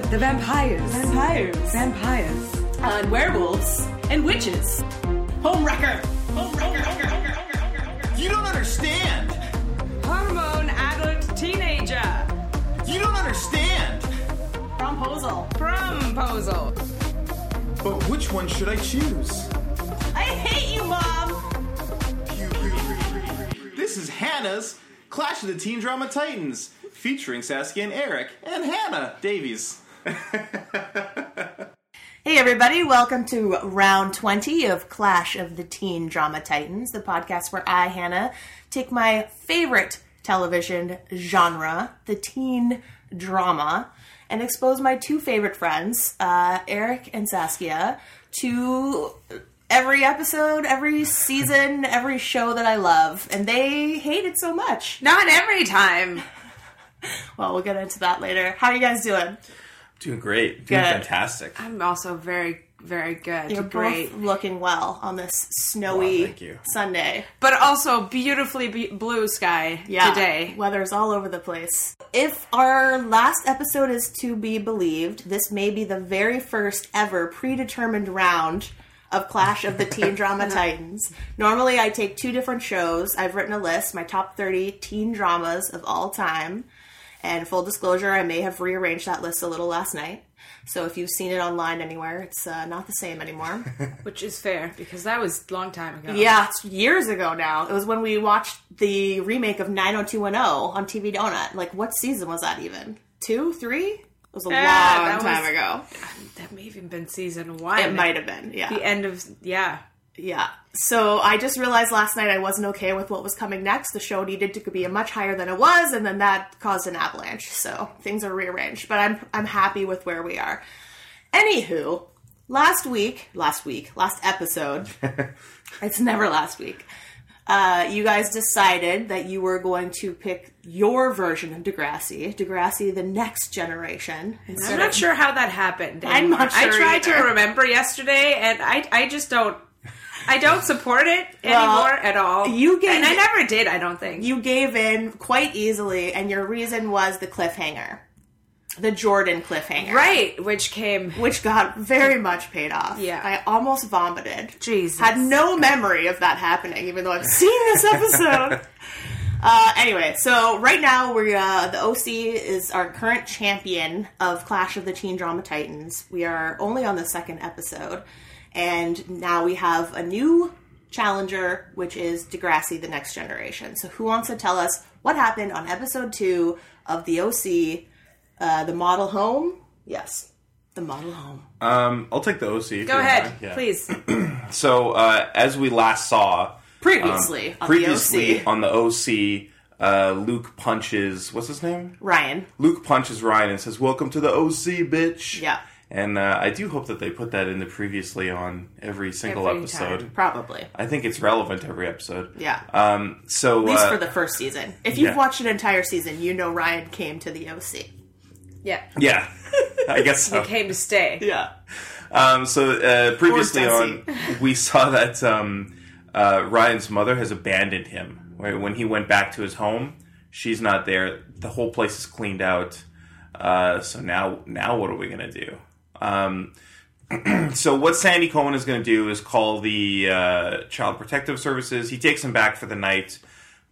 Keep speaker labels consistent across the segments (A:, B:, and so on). A: vampires,
B: Vampires.
A: vampires,
B: And werewolves. And witches. Homewrecker.
C: You don't understand.
B: Hormone adult teenager.
C: You don't understand.
B: Promposal.
A: promposal,
C: But which one should I choose?
B: I hate you, Mom.
C: This is Hannah's Clash of the Teen Drama Titans, featuring Saskia and Eric and Hannah Davies.
D: Hey, everybody, welcome to round 20 of Clash of the Teen Drama Titans, the podcast where I, Hannah, take my favorite television genre, the teen drama, and expose my two favorite friends, uh, Eric and Saskia, to every episode, every season, every show that I love. And they hate it so much.
A: Not every time.
D: Well, we'll get into that later. How are you guys doing?
E: Doing great. Doing
D: Good.
E: fantastic.
A: I'm also very, very good.
D: You're
A: Great.
D: both looking well on this snowy
E: Wow, thank you.
D: Sunday.
A: But also beautifully be- blue sky today.
D: Weather's all over the place. If our last episode is to be believed, this may be the very first ever predetermined round of Clash of the Teen Drama Titans. Normally, I take two different shows. I've written a list, my top 30 teen dramas of all time. And full disclosure, I may have rearranged that list a little last night. So if you've seen it online anywhere, it's uh, not the same anymore.
A: Which is fair because that was a long time ago.
D: Yeah, it's years ago now. It was when we watched the remake of 90210 on TV Donut. Like, what season was that even? Two, three? It was a
A: Eh, that
D: long time
A: was-
D: ago.
A: That may have even been season one.
D: It might have been. Yeah.
A: The end of yeah.
D: Yeah. So I just realized last night I wasn't okay with what was coming next. The show needed to be much higher than it was, and then that caused an avalanche. So things are rearranged, but I'm I'm happy with where we are. Anywho, last week, last week, last episode. it's never last week. Uh, you guys decided that you were going to pick your version of Degrassi, Degrassi: The Next Generation.
A: I'm not sure how that happened.
D: I'm not
A: anymore.
D: sure
A: I tried
D: either.
A: to remember yesterday, and I I just don't. I don't support it
D: Well,
A: anymore at all.
D: you gave-
A: and I never did. I don't think.
D: you gave in quite easily, and your reason was the cliffhanger, the Jordan cliffhanger,
A: right, which came.
D: Which got very much paid off.
A: Yeah.
D: I almost vomited.
A: Jesus.
D: Had no memory of that happening, even though I've seen this episode. uh, anyway, so right now we're uh, the OC is our current champion of Clash of the Teen Drama Titans. We are only on the second episode, and now we have a new challenger, which is Degrassi: The Next Generation. So, who wants to tell us what happened on episode two of the OC, uh, the model home? Yes, the model home.
E: Um, I'll take the OC. if
A: Go
E: you
A: ahead,
E: don't mind. Yeah.
A: please.
E: So, uh, as we last saw,
D: Previously on the
E: previously
D: OC,
E: on the OC, uh, Luke punches, what's his name?
D: Ryan.
E: Luke punches Ryan and says, Welcome to the OC, bitch.
D: Yeah.
E: And uh, I do hope that they put that in the previously on every single
A: Every
E: episode.
A: time.
D: Probably.
E: I think it's relevant to every episode.
D: Yeah.
E: Um, so,
D: At least
E: uh,
D: for the first season. If you've
E: yeah.
D: watched an entire season, you know Ryan came to the OC.
A: Yeah,
E: yeah, I guess so.
A: came to stay.
D: Yeah.
E: Um, so uh, previously on,
D: Desi.
E: we saw that um, uh, Ryan's mother has abandoned him. Right? When he went back to his home, she's not there. The whole place is cleaned out. Uh, so now, now what are we gonna do? Um, so what Sandy Cohen is gonna do is call the uh, Child Protective Services. He takes him back for the night,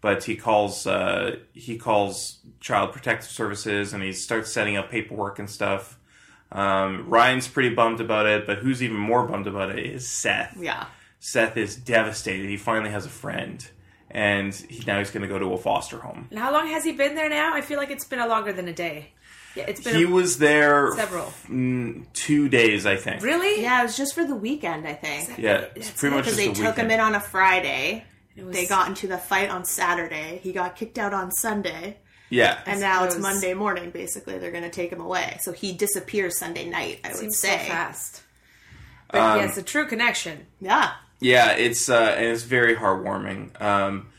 E: but he calls uh, he calls Child Protective Services and he starts setting up paperwork and stuff. Um, Ryan's pretty bummed about it, but who's even more bummed about it is Seth.
D: Yeah.
E: Seth is devastated. He finally has a friend, and he, now he's going to go to a foster home.
A: And how long has he been there now? I feel like it's been a longer than a day. Yeah, it's been
E: He
A: a,
E: was there
A: several.
E: mm, two days, I think.
A: Really?
D: Yeah, it was just for the weekend, I think.
E: Yeah, it's pretty much
D: Because
E: just
D: they
E: a
D: took him
E: weekend.
D: in on a Friday.
A: It was-
D: They got into the fight on Saturday. He got kicked out on Sunday.
E: Yeah,
D: And now it's
A: suppose-
D: Monday morning, basically. They're going to take him away. So he disappears Sunday night, I would
A: seems
D: say.
A: so fast. But he
D: Um,
A: has a true connection.
D: Yeah.
E: yeah, it's uh, and it's very heartwarming. Um,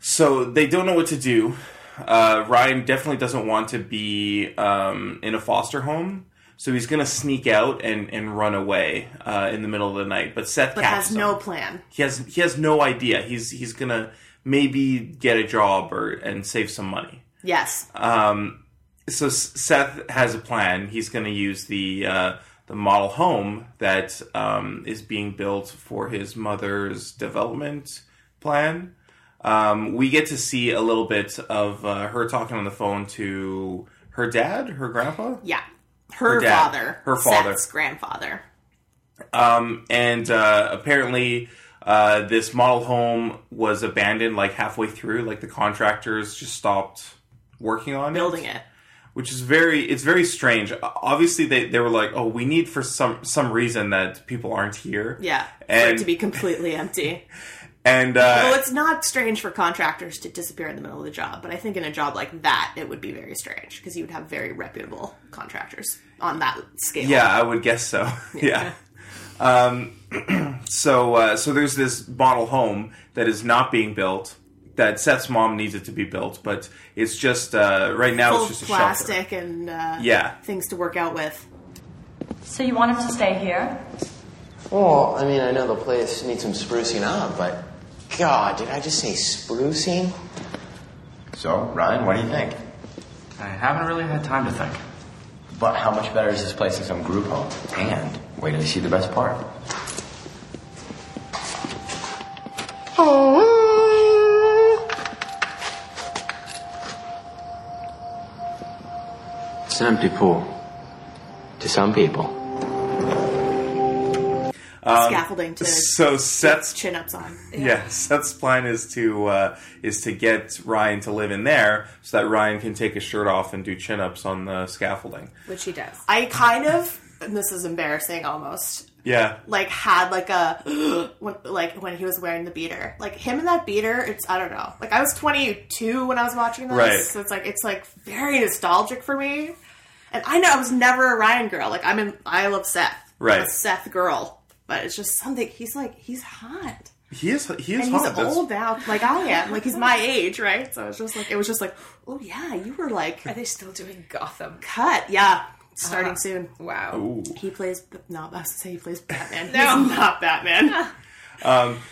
E: so they don't know what to do. Uh, Ryan definitely doesn't want to be um, in a foster home, so he's going to sneak out and, and run away uh, in the middle of the night. But Seth
D: But
E: catches
D: has no
E: him.
D: plan.
E: he has he has no idea. He's he's gonna maybe get a job or and save some money.
D: Yes.
E: so S- Seth has a plan. He's going to use the uh, the model home that um, is being built for his mother's development plan. Um, we get to see a little bit of uh, her talking on the phone to her dad, her grandpa.
D: Yeah. Her,
E: Her dad.
D: father.
E: Her father.
D: Seth's grandfather.
E: Um, and uh, apparently, uh, this model home was abandoned like halfway through. Like the contractors just stopped working on
D: Building it.
E: which is very it's very strange. O- Obviously, they, they were like, oh, we need for some some reason that people aren't here.
D: Yeah. for it
E: and
D: to be completely empty.
E: and uh,
D: Well, it's not strange for contractors to disappear in the middle of the job, but I think in a job like that, it would be very strange because you would have very reputable contractors on that scale.
E: Yeah, I would guess so. Yeah. Um, so uh, so there's this model home that is not being built. That Seth's mom needs it to be built, but it's just uh, right now
D: Full
E: it's
D: of
E: just a shelter.
D: plastic and uh,
E: Yeah.
D: things to work out with.
F: So you want him to stay here?
G: Well, I mean, I know the place needs some sprucing up, but God, did I just say sprucing?
H: So, Ryan, what do you think?
I: I haven't really had time to think.
H: But how much better is this place than some group home? And wait till you see the best part.
G: It's an empty pool. To some people.
E: Um,
D: Scaffolding to
E: So Seth's
D: chin ups on.
E: yeah, Seth's plan is to uh, is to get Ryan to live in there so that Ryan can take his shirt off and do chin ups on the scaffolding.
A: which he does.
D: I kind of, and this is embarrassing almost,
E: Yeah,
D: like had like a when, like when he was wearing the beater like him in that beater it's i don't know like i was 22 when i was watching this
E: Right.
D: so it's like it's like very nostalgic for me and i know i was never a ryan girl like i'm in i love seth I'm a
E: Right.
D: seth girl but it's just something he's like he's hot
E: he is he is
D: and he's
E: hot. That's-
D: old now like i am like he's my age right so it's just like it was just like oh yeah you were like
A: Are they still doing Gotham?
D: cut yeah starting soon
A: Wow.
D: he plays no i was gonna say he plays batman no he's not batman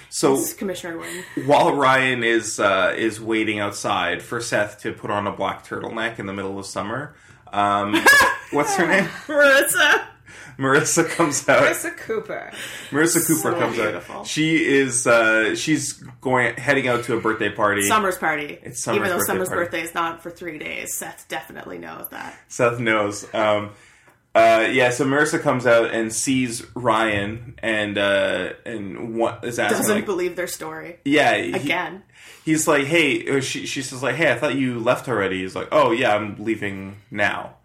E: So
D: It's commissioner Gordon.
E: while Ryan is uh, is waiting outside for Seth to put on a black turtleneck in the middle of summer, um, what's her name?
D: Marissa.
E: Marissa comes out. Marissa,
A: Marissa Cooper.
E: Cooper comes
D: beautiful.
E: out. She is uh, she's going heading out to a birthday party.
D: Summer's party.
E: It's Summer's
D: Even though
E: birthday
D: Summer's
E: party.
D: birthday is not for three days, Seth definitely knows that.
E: Seth knows. Um, uh, yeah, so Marissa comes out and sees Ryan and uh, and what is asking
D: Doesn't
E: like,
D: believe their story.
E: yeah he-
D: Again.
E: he's like, hey, or she, she says like, hey, I thought you left already. He's like, oh yeah, I'm leaving now.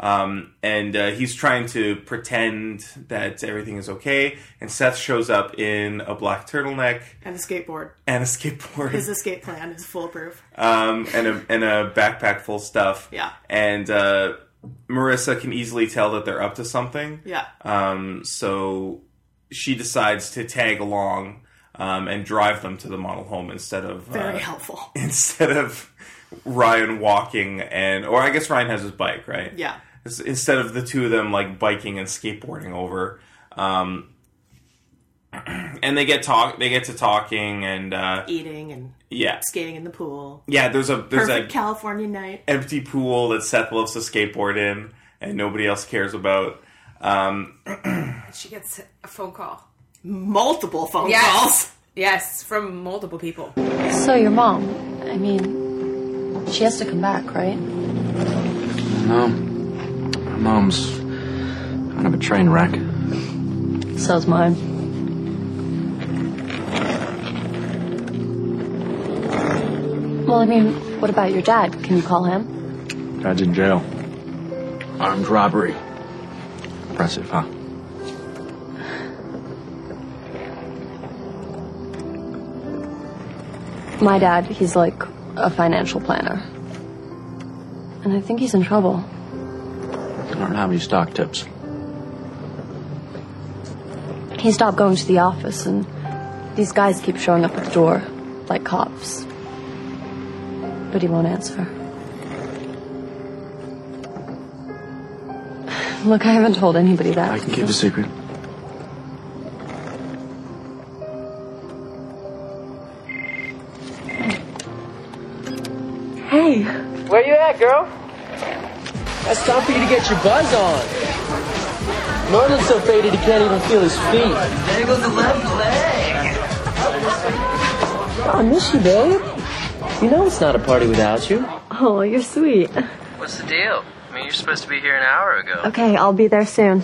E: Um, and uh, he's trying to pretend that everything is okay. And Seth shows up in a black turtleneck
D: And a skateboard.
E: and a skateboard,
D: His escape plan is foolproof.
E: um, and a and a backpack full of stuff.
D: Yeah.
E: And uh, Marissa can easily tell that they're up to something.
D: Yeah.
E: Um, so she decides to tag along um, and drive them to the model home instead of
D: Very
E: uh,
D: helpful.
E: instead of Ryan walking and or I guess Ryan has his bike, right?
D: Yeah.
E: Ins- Instead of the two of them like biking and skateboarding over, um, and they get talk they get to talking and uh,
D: Eating and
E: yeah
D: skating in the pool.
E: yeah there's a there's
D: Perfect
E: a
D: California night.
E: empty pool that Seth loves to skateboard in and nobody else cares about. Um,
A: She gets a phone call.
D: Multiple phone calls.
A: Yes, from multiple people.
J: So your mom, I mean, she has to come back, right?
I: No. My mom's kind of a train wreck.
J: So's mine. Well, I mean, what about your dad? Can you call him?
I: Dad's in jail. Armed robbery. Impressive, huh?
J: My dad, he's like a financial planner. And I think he's in trouble.
I: I don't have any stock tips.
J: He stopped going to the office, and these guys keep showing up at the door, like cops. But he won't answer. Look, I haven't told anybody that.
I: I can keep a secret.
J: Hey,
K: Where you at, girl? That's time for you to get your buzz on. Merlin's so faded he can't even feel his feet. There goes the left leg. I miss you, babe. You know it's not a party without you.
J: Oh, you're sweet.
K: What's the deal? I mean, you're supposed to be here an hour ago.
J: Okay, I'll be there soon.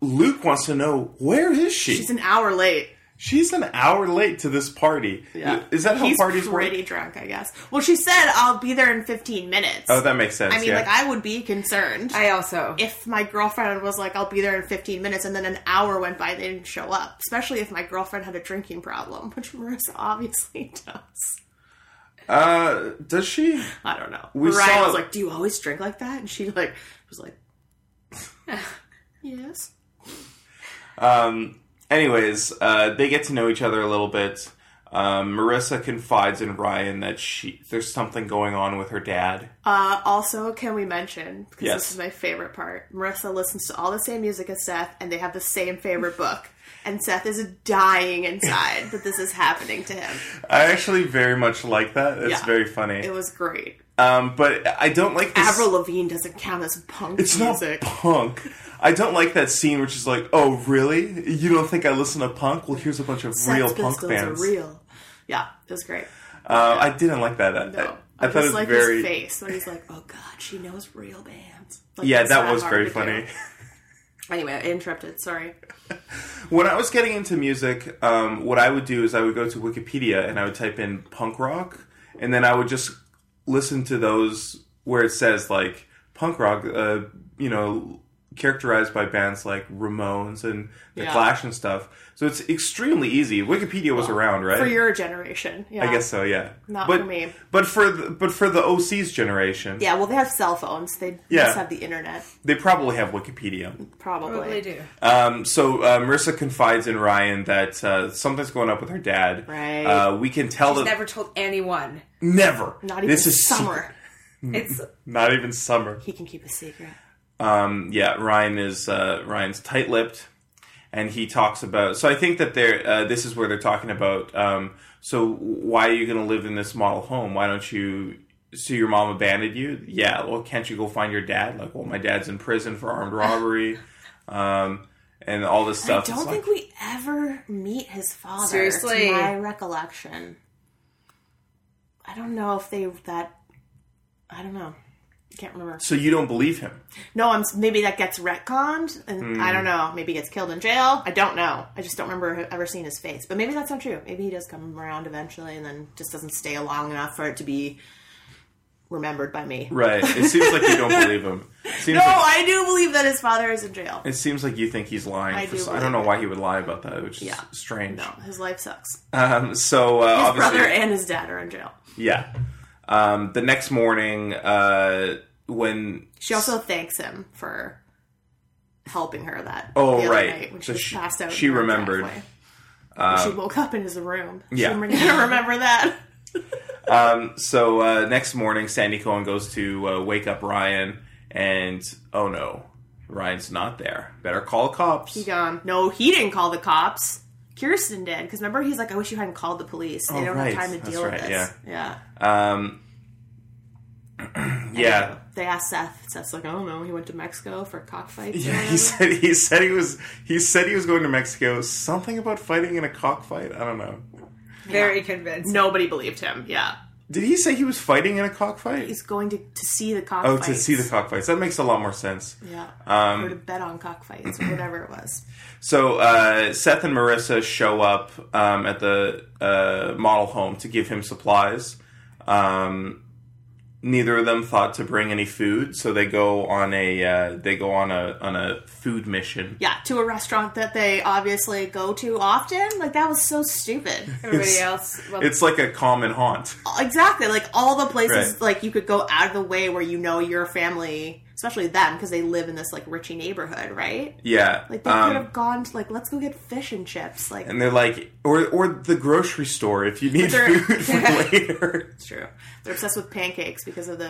E: Luke wants to know where is she?
D: She's an hour late.
E: She's an hour late to this party.
D: Yeah.
E: Is that how
D: He's
E: parties
D: pretty
E: work?
D: drunk, I guess. Well, she said I'll be there in 15 minutes.
E: Oh, that makes sense.
D: I mean,
E: yeah.
D: like I would be concerned.
A: I also.
D: if my girlfriend was like, "I'll be there in 15 minutes," and then an hour went by, and they didn't show up. Especially if my girlfriend had a drinking problem, which Marissa obviously does.
E: uh, does she?
D: I don't know.
E: We
D: Ryan
E: saw-
D: was like, "Do you always drink like that?" And she like was like, "Yes."
E: Um, anyways, uh, they get to know each other a little bit. Um, Marissa confides in Ryan that she there's something going on with her dad.
D: Uh, also, can we mention because
E: Yes.
D: this is my favorite part? Marissa listens to all the same music as Seth, and they have the same favorite book. And Seth is dying inside that this is happening to him.
E: I actually very much like that. It's
D: Yeah.
E: very funny.
D: It was great.
E: um, but I don't like this.
D: Avril Lavigne doesn't count as punk
E: it's not
D: music.
E: punk. I don't like that scene which is like, oh really? You don't think I listen to punk? Well, here's a bunch of
D: Sex
E: real punk
D: Pistols
E: bands.
D: Are real. Yeah, it was great.
E: Uh, I didn't like that. I, I- I,
D: I,
E: thought it
D: just
E: was
D: like
E: very.
D: his face when he's like, "Oh God, she knows real bands." Like,
E: Yeah,
D: it's
E: that
D: not
E: was
D: hard
E: very
D: to do.
E: funny.
D: Anyway, I interrupted. Sorry.
E: When I was getting into music, um, what I would do is I would go to Wikipedia and I would type in punk rock, and then I would just listen to those where it says like punk rock, uh, you know, characterized by bands like Ramones and The
D: Yeah.
E: Clash and stuff. So it's extremely easy. Wikipedia was around, right?
D: For your generation, yeah.
E: I guess so, yeah.
D: Not
E: but,
D: for me.
E: But for the, but for the OC's generation,
D: Yeah, well, they have cell phones. They
E: Yeah.
D: just have the internet,
E: they probably have Wikipedia.
D: probably.
A: Probably do.
E: Um, so uh, Marissa confides in Ryan that uh, something's going up with her dad.
D: Right.
E: Uh, we can tell
A: She's
E: that
A: never told anyone.
E: never.
D: Not even
E: This is
D: summer.
A: It's
E: Not even summer.
D: he can keep a secret.
E: Um, yeah, Ryan is uh, Ryan's tight-lipped, and he talks about. So I think that they're. Uh, this is where they're talking about. Um, so why are you going to live in this model home? Why don't you? So your mom abandoned you? Yeah. Well, can't you go find your dad? Like, well, my dad's in prison for armed robbery, um, and all this stuff. It's
D: I don't
E: like-
D: think we ever meet his father.
A: Seriously.
D: to my recollection. I don't know if they that. I don't know. Can't remember.
E: so you don't believe him.
D: No, I'm maybe that gets retconned, and
E: Hmm.
D: I don't know. Maybe he gets killed in jail. I don't know. I just don't remember ever seeing his face. But maybe that's not true. Maybe he does come around eventually, and then just doesn't stay long enough for it to be remembered by me.
E: Right. It seems like you don't believe him. Seems
D: No,
E: like,
D: I do believe that his father is in jail.
E: it seems like you think he's lying.
D: I
E: for
D: do
E: some- I
D: believe
E: don't know
D: it.
E: why he would lie about that, which is
D: Yeah.
E: strange.
D: No, his life sucks.
E: Um, so uh,
D: His
E: obviously,
D: brother and his dad are in jail.
E: yeah. Um, the next morning, uh, when
D: She also thanks him for helping her that.
E: Oh,
D: the other
E: right.
D: night when
E: So
D: she, was
E: she-
D: passed out. in
E: she
D: her
E: remembered. uh,
D: driveway. she woke up in his room.
E: yeah.
D: She gonna remember that.
E: so uh, next morning, Sandy Cohen goes to uh, wake up Ryan, and oh no, Ryan's not there. Better call cops.
D: He gone. um, No, he didn't call the cops. Kirsten did because remember he's like, I wish you hadn't called the police. They
E: Oh,
D: don't
E: right.
D: have time to
E: That's
D: deal
E: right,
D: with this. Yeah.
E: Um, yeah.
D: They asked Seth. Seth's like, I don't know. He went to Mexico for cockfights.
E: Yeah,
D: Yeah,
E: he said he said he was he said he was going to Mexico. Something about fighting in a cockfight. I don't know.
A: very convinced.
D: Nobody believed him. Yeah.
E: Did he say he was fighting in a cockfight?
D: He's going to, to see the
E: oh,
D: cockfights.
E: to see the cockfights. That makes a lot more sense.
D: Yeah.
E: Um,
D: or to bet on cockfights or whatever it was.
E: So uh, Seth and Marissa show up um, at the uh, model home to give him supplies. Um, neither of them thought to bring any food, so they go on a uh, they go on a on a food mission.
D: Yeah, to a restaurant that they obviously go to often. Like, that was so stupid.
A: Everybody else, well,
E: It's like a common haunt.
D: exactly like all the places
E: Right.
D: like you could go out of the way where you know your family especially them because they live in this like richie neighborhood right
E: Yeah,
D: like they
E: um,
D: could have gone to like let's go get fish and chips like
E: and they're like, or or the grocery store if you need
D: they're-
E: food for later.
D: it's true they're obsessed with pancakes because of the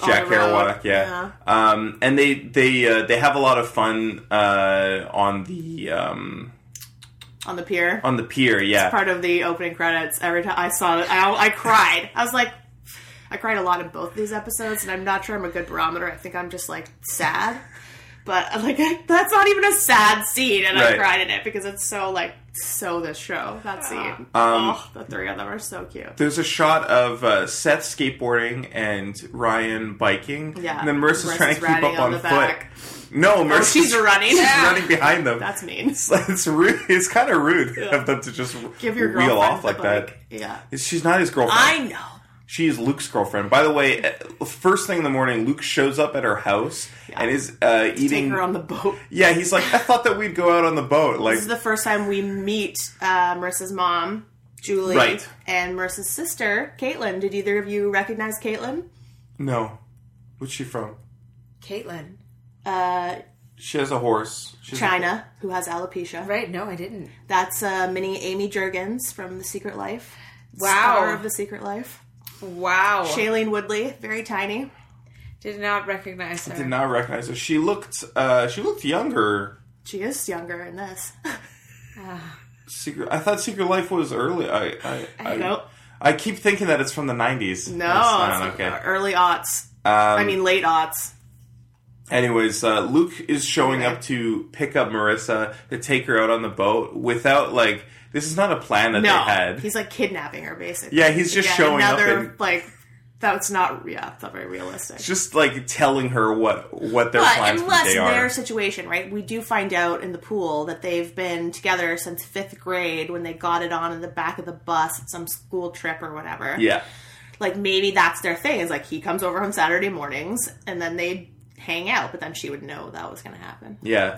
D: on
E: Jack
D: the road.
E: Kerouac, yeah. Um, and they they uh, they have a lot of fun uh, on the um,
D: on the pier
E: on the pier. Yeah,
D: part of the opening credits every time i saw it i, I cried i was like I cried a lot in both these episodes, and I'm not sure I'm a good barometer. I think I'm just like sad, but I'm like that's not even a sad scene, and I
E: Right.
D: cried in it because it's so like so this show that scene.
E: Um,
D: oh, the three of them are so cute.
E: There's a shot of uh, Seth skateboarding and Ryan biking.
D: Yeah.
E: And then Marissa's,
D: Marissa's
E: trying to keep
D: riding
E: up
D: on
E: on
D: the
E: foot.
D: back.
E: No,
D: Oh,
E: Marissa's
D: she's running.
E: She's
D: Yeah.
E: running behind them.
D: That's mean.
E: It's, it's rude. It's kind of rude of them to just
D: Give your
E: wheel off
D: girlfriend
E: like
D: the
E: that.
D: Yeah.
E: She's not his girlfriend.
D: I know.
E: She is Luke's girlfriend. By the way, uh, first thing in the morning, Luke shows up at her house and is uh, eating.
D: her on the boat.
E: Yeah, he's like, I thought that we'd go out on the boat. Like,
D: this is the first time we meet uh, Marissa's mom, Julie,
E: Right.
D: and Marissa's sister, Caitlin. Did either of you recognize Caitlin?
E: no, what's she from?
L: Caitlin.
D: Uh,
E: She has a horse. She's a-
D: China, who has alopecia. Right? No, I didn't. That's uh, mini Amy Jurgens from The Secret Life.
A: Wow.
D: Star of The Secret Life.
A: Wow.
D: Shailene Woodley, very tiny.
A: Did not recognize her.
E: I did not recognize her. She looked. Uh, she looked younger.
D: She is younger in this.
E: Secret. I thought Secret Life was early. I. I. I,
D: Nope.
E: I keep thinking that it's from the nineties.
D: No, it's
E: okay.
D: early aughts.
E: Um,
D: I mean, late aughts.
E: Anyways, uh, Luke is showing up to pick up Marissa to take her out on the boat without like. This is not a plan that
D: no,
E: they had.
D: he's like kidnapping her basically.
E: Yeah, he's just showing up
D: another,
E: and-
D: like that's not yeah, that's not very realistic.
E: It's just like telling her what what their
D: but
E: plans for the
D: unless
E: day
D: their
E: are.
D: situation, right? We do find out in the pool that they've been together since fifth grade when they got it on in the back of the bus at some school trip or whatever.
E: Yeah.
D: like maybe that's their thing. Is like he comes over on Saturday mornings and then they hang out, but then she would know that was going to happen.
E: Yeah,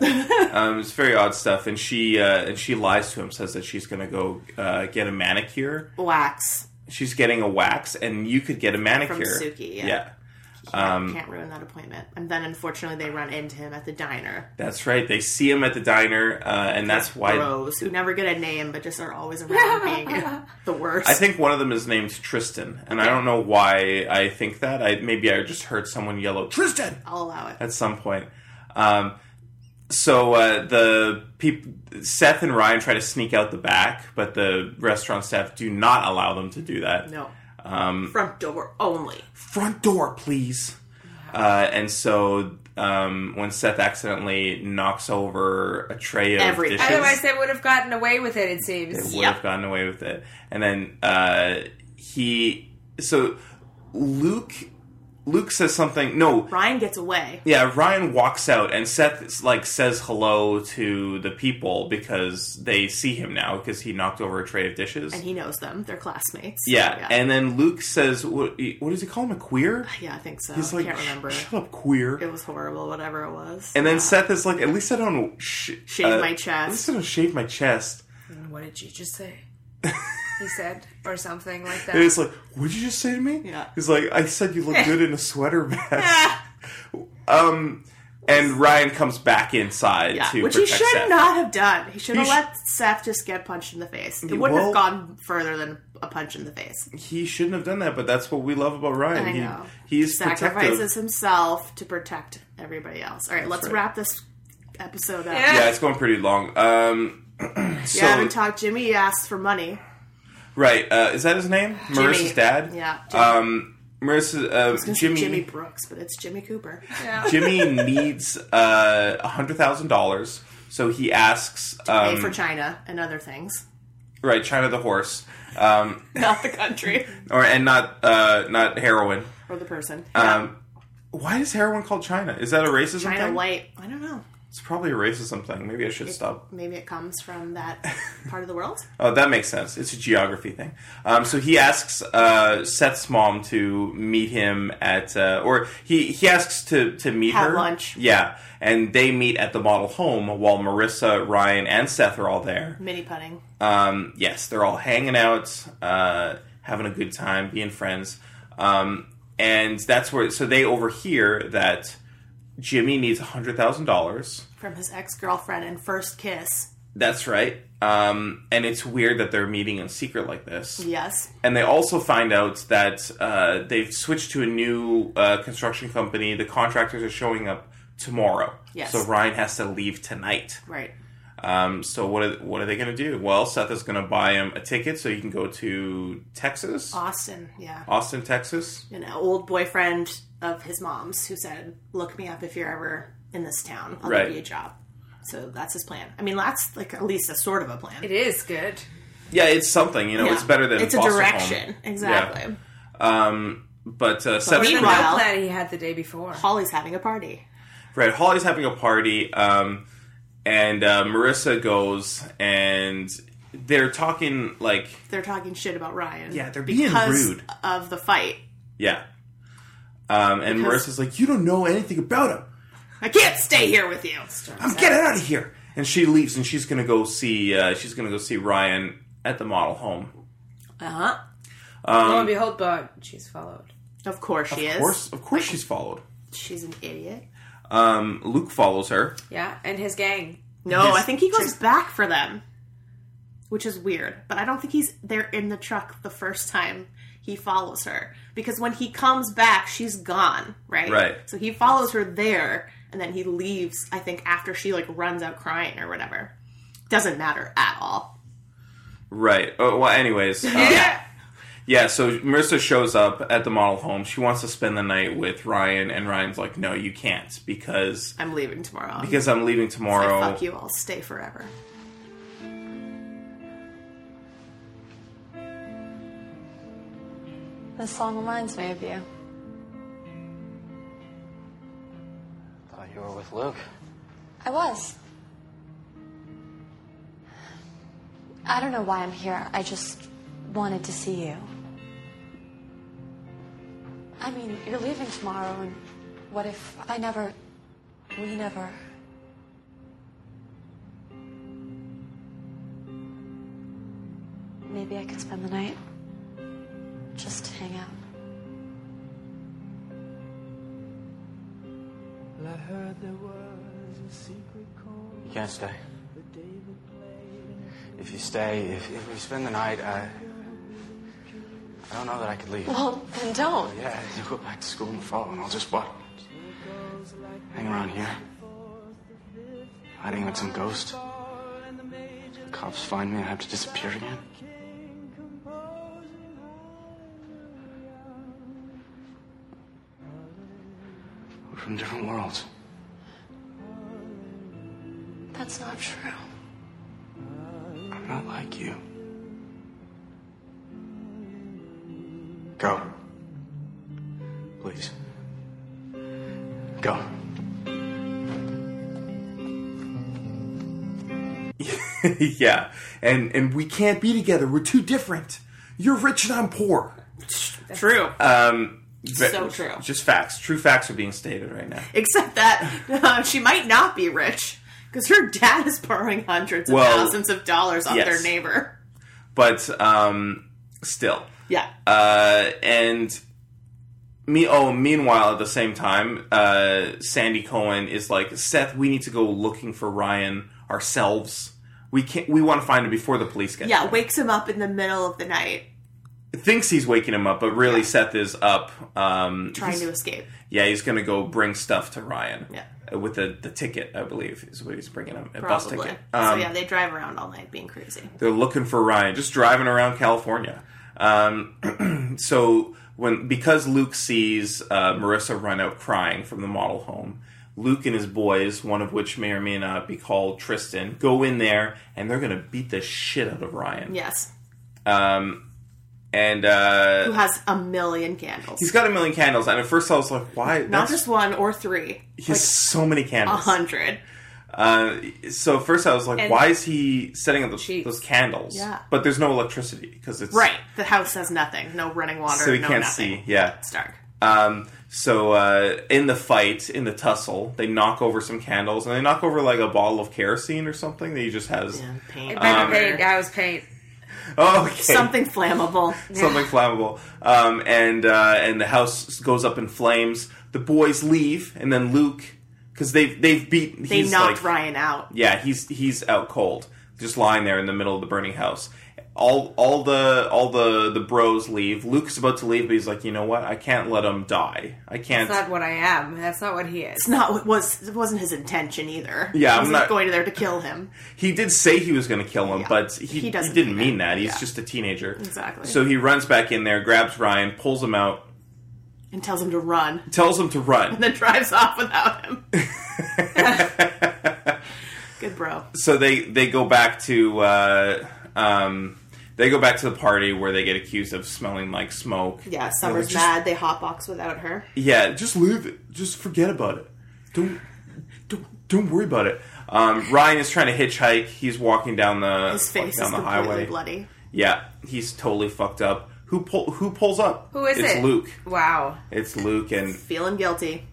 E: um, it's very odd stuff, and she uh, and she lies to him, says that she's gonna go uh, get a manicure,
D: Wax.
E: she's getting a wax, and you could get a manicure
D: Suki, yeah.
E: Um,
D: Can't ruin that appointment. And then unfortunately they run into him at the diner.
E: that's right. They see him at the diner, uh, and that's why.
D: Bros who never get a name but just are always around being the worst.
E: I think one of them is named Tristan, and I don't know why I think that. I maybe I just heard someone yell out Tristan
D: I'll allow it.
E: at some point. Um, so uh, the peop- Seth and Ryan try to sneak out the back, but the restaurant staff do not allow them to do that.
D: No.
E: Um,
D: Front door only.
E: front door, please. Uh, and so um, when Seth accidentally knocks over a tray of
A: Every-
E: dishes,
A: Otherwise, they would have gotten away with it. It seems.
E: would have gotten away with it. And then uh, he, so Luke, Luke says something. No,
D: Ryan gets away.
E: yeah, Ryan walks out, and Seth like says hello to the people because they see him now because he knocked over a tray of dishes.
D: And he knows them. They're classmates.
E: yeah. and then Luke says, "What? What does he call him? A queer?"
D: Yeah, I think so.
E: He's
D: I
E: like,
D: can't remember.
E: Shut up, queer.
D: It was horrible, whatever it was.
E: And then Seth is like, "At least I don't sh-
D: Shave
E: uh,
D: my chest."
E: At least I don't shave my chest."
A: And What did you just say? he said, or something like that.
E: And it's like, "What did you just say to me?"
A: Yeah.
E: He's like, "I said you look good in a sweater vest." um, and Ryan comes back inside
D: Yeah,
E: to
D: which he
E: protect
D: should
E: Seth.
D: not have done. He should
E: He
D: have
E: sh-
D: let Seth just get punched in the face. It
E: Yeah,
D: wouldn't
E: well-
D: have gone further than a punch in the face.
E: He shouldn't have done that, but that's what we love about Ryan.
D: I
E: He-
D: know.
E: He, is
D: Sacrifices
E: protective.
D: himself to protect everybody else. All right,
E: That's
D: let's
E: right.
D: wrap this episode up.
E: Yeah, it's going pretty long. Um,
D: yeah, I
E: so
D: haven't talked. Jimmy asked for money.
E: right, uh, is that his name?
D: Jimmy.
E: Marissa's dad.
D: Yeah, Jimmy.
E: Um, Marissa, uh,
D: It's Jimmy. Jimmy Brooks, but it's Jimmy Cooper. Yeah.
E: Jimmy needs uh, $100,000, so he asks. Um,
D: pay for China and other things,
E: Right, China the horse. Um,
D: not the country
E: or And not uh, not heroin.
D: or the person.
E: Um, why is heroin called China? Is that a racism
D: China
E: thing?
D: White. I don't know.
E: It's probably a racism thing. Maybe I should stop.
D: Maybe it comes from that part of the world.
E: Oh, that makes sense. It's a geography thing. Um, so he asks uh, Seth's mom to meet him at, uh, or he, he asks to, to meet
D: Have
E: her.
D: lunch.
E: Yeah. And they meet at the model home while Marissa, Ryan, and Seth are all there.
D: Mini putting.
E: Um, yes, they're all hanging out, uh, having a good time, being friends. Um, and that's where, so they overhear that Jimmy needs $100,000.
D: from his ex girlfriend and first kiss.
E: That's right. Um, and it's weird that they're meeting in secret like this.
D: Yes.
E: And they also find out that uh, they've switched to a new uh, construction company. The contractors are showing up tomorrow.
D: Yes.
E: So Ryan has to leave tonight.
D: Right.
E: Um, so what are, what are they going to do? Well, Seth is going to buy him a ticket so he can go to Texas,
D: Austin, yeah.
E: Austin, Texas.
D: An old boyfriend of his mom's who said, "Look me up if you're ever in this town. I'll
E: Right.
D: give you a job." So that's his plan. I mean, that's like at least a sort of a plan.
A: It is good.
E: Yeah, it's something. You know,
D: Yeah.
E: it's better than
D: It's a
E: foster
D: direction.
E: home.
D: Exactly.
E: Yeah. Um, but uh, Seth's gonna-
D: Meanwhile,
A: That he had the day before.
D: Holly's having a party.
E: Right, Holly's having a party, um, and uh, Marissa goes, and they're talking like,
D: They're talking shit about Ryan.
E: Yeah, they're being
D: because
E: rude.
D: of the fight.
E: yeah. Um, and
D: Because-
E: Marissa's like, "You don't know anything about him.
D: I can't stay here with you.
E: I'm getting out of here." And she leaves, and she's gonna go see. Uh, she's gonna go see Ryan at the model home.
A: Uh huh. Lo and
E: Um,
A: behold, but she's followed.
D: Of course she
E: of
D: is.
E: course, of course, she's followed.
D: She's an idiot.
E: Um, Luke follows her.
A: Yeah, and his gang.
D: No,
E: Yes.
D: I think he goes back for them, which is weird. But I don't think he's there in the truck the first time he follows her because when he comes back, she's gone, right?
E: Right.
D: So he follows her there, and then he leaves. I think after she like runs out crying or whatever. Doesn't matter at all.
E: Right. Oh, well, anyways. yeah. Yeah, so Marissa shows up at the model home. She wants to spend the night with Ryan, and Ryan's like, no, you can't because
D: I'm leaving tomorrow.
E: because I'm leaving
D: It's like,
E: tomorrow.
D: fuck you, I'll stay forever.
J: This song reminds me of you.
I: Thought you were with Luke.
J: I was. I don't know why I'm here. I just wanted to see you. I mean, you're leaving tomorrow, and what if I never. We never. Maybe I could spend the night just to hang out.
K: I heard there was a secret chord
I: You can't stay.
K: that David played.
I: If you stay, if, if we spend the night, I. I don't know that I could leave.
J: Well, then don't.
I: yeah, you go back to school in the fall, and I'll just what? Hang around here. Hiding like some ghost. The cops find me, I have to disappear again. We're from different worlds.
J: That's not true.
I: I'm not like you. Go. Please. Go.
E: yeah, and and we can't be together. We're too different. You're rich and I'm poor.
D: True.
E: Um,
D: So
E: ve-
D: true.
E: Just facts. True facts are being stated right now.
D: Except that uh, she might not be rich because her dad is borrowing hundreds of
E: Well,
D: thousands of dollars off
E: yes.
D: their neighbor.
E: But um, still,
D: Yeah.
E: uh, and me. Oh, meanwhile, at the same time, uh, Sandy Cohen is like, Seth, we need to go looking for Ryan ourselves. We can't. We want to find him before the police get.
D: Yeah,
E: there."
D: wakes him up in the middle of the night
E: thinks he's waking him up, but really Seth is up. Um,
D: trying to
E: he's-
D: escape.
E: Yeah, he's gonna go bring stuff to Ryan.
D: Yeah.
E: Uh, with the the ticket, I believe is what he's bringing him. A bus
D: Probably.
E: ticket.
D: so
E: Um,
D: yeah, they drive around all night being crazy.
E: they're looking for Ryan, just driving around California. Um, so when because Luke sees uh, Marissa run out crying from the model home, Luke and his boys, one of which may or may not be called Tristan, go in there and they're gonna beat the shit out of Ryan.
D: Yes.
E: Um, and uh,
D: Who has a million candles.
E: he's got a million candles, and at first I was like, why?
D: Not
E: That's,
D: just one or three.
E: he has so many
D: A
E: candles.
D: hundred.
E: Uh, so at first I was like,
D: And-
E: why is he setting up those, those candles?
D: Yeah.
E: But there's no electricity because it's
D: Right. The house has nothing. No running water.
E: so he
D: no
E: can't see.
D: nothing.
E: Yeah.
D: It's dark.
E: Um, so uh, in the fight, in the tussle, they knock over some candles and they knock over like a bottle of kerosene or something that he just has.
A: It
D: Paint.
E: Um,
A: might be paint. I was paint.
E: Oh, okay.
D: Something flammable.
E: something flammable. Um, and uh, and the house goes up in flames. The boys leave, and then Luke, because they've they've beat.
D: They
E: he's like,
D: knocked Ryan out.
E: Yeah, he's he's out cold, just lying there in the middle of the burning house. all all the all the the bros leave. Luke's about to leave, but he's like, you know what? I can't let him die. I can't.
A: That's not what I am. That's not what he is.
D: It's not what was. It wasn't his intention either.
E: Yeah,
D: he
E: I'm
D: wasn't
E: not-
D: going there to kill him.
E: He did say he was going to kill him, but he,
D: he
E: he,
D: doesn't
E: didn't
D: mean
E: mean that. He's
D: Yeah.
E: just a teenager.
D: Exactly.
E: So he runs back in there, grabs Ryan, pulls him out,
D: and tells him to run,
E: tells him to run.
D: and then drives off without him. Good bro.
E: so they they go back to uh, um, they go back to the party where they get accused of smelling like smoke.
D: Yeah,
E: And
D: Summer's
E: they're like,
D: mad. They hotbox without her.
E: "Just- Yeah, just leave it. Just forget about it. Don't don't don't worry about it. Um, Ryan is trying to hitchhike. He's walking down the
D: His face
E: down
D: is
E: the
D: completely
E: highway.
D: bloody.
E: Yeah, he's totally fucked up. Who pull, who pulls up?
A: Who is
E: it's
A: it?
E: Luke.
A: Wow.
E: It's Luke and
D: Feeling guilty.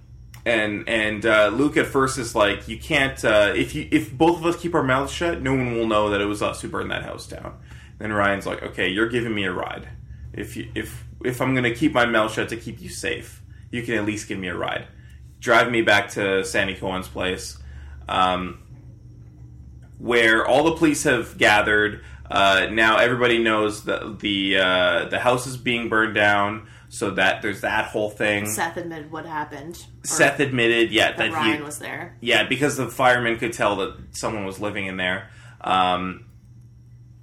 E: and and uh, Luke at first is like, you can't. Uh, if you if both of us keep our mouths shut, no one will know that it was us who burned that house down. Then Ryan's like, okay, you're giving me a ride. If you, if if I'm gonna keep my mouth shut to keep you safe, you can at least give me a ride. Drive me back to Sandy Cohen's place, um, where all the police have gathered. Uh, now everybody knows that the uh, the house is being burned down, so that there's that whole thing.
D: Seth admitted what happened. or
E: Seth admitted, yeah,
D: that
E: that
D: Ryan
E: he,
D: was there.
E: yeah, because the firemen could tell that someone was living in there. Um,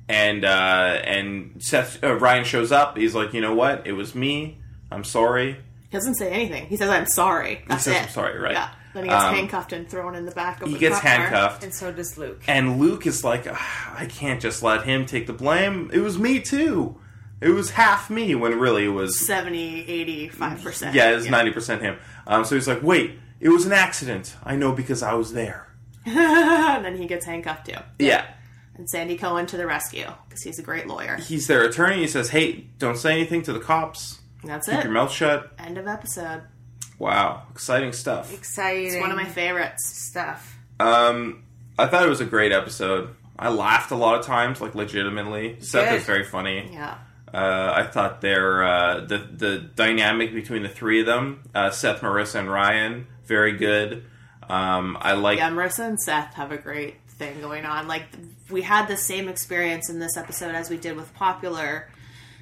E: and uh, and Seth uh, Ryan shows up. He's like, you know what? It was me. I'm sorry.
D: He doesn't say anything. He says, "I'm sorry." That's
E: he says,
D: it.
E: I'm sorry. Right.
D: Yeah. Then he gets
E: Um,
D: handcuffed and thrown in the back of
E: He
D: the
E: gets
D: cop car.
E: handcuffed.
A: And so does Luke.
E: And Luke is like, "Ah, I can't just let him take the blame. It was me too. It was half me when really it was
D: 70, 85 percent.
E: yeah, it was ninety percent him. Um, so he's like, wait, it was an accident. I know because I was there.
D: and then he gets handcuffed too.
E: Yeah.
D: And Sandy Cohen to the rescue because he's a great lawyer.
E: He's their attorney. He says, hey, don't say anything to the cops.
D: That's
E: Keep
D: it.
E: your mouth shut.
D: End of episode.
E: Wow, exciting stuff.
A: Exciting.
D: It's one of my favorites.
A: Stuff.
E: Um, I thought it was a great episode. I laughed a lot of times, like legitimately. Seth
A: Good.
E: is very funny.
D: Yeah.
E: Uh, I thought their uh, the the dynamic between the three of them, uh, Seth, Marissa, and Ryan, very good. Um, I like
D: Yeah, Marissa and Seth have a great thing going on. Like th- we had the same experience in this episode as we did with Popular.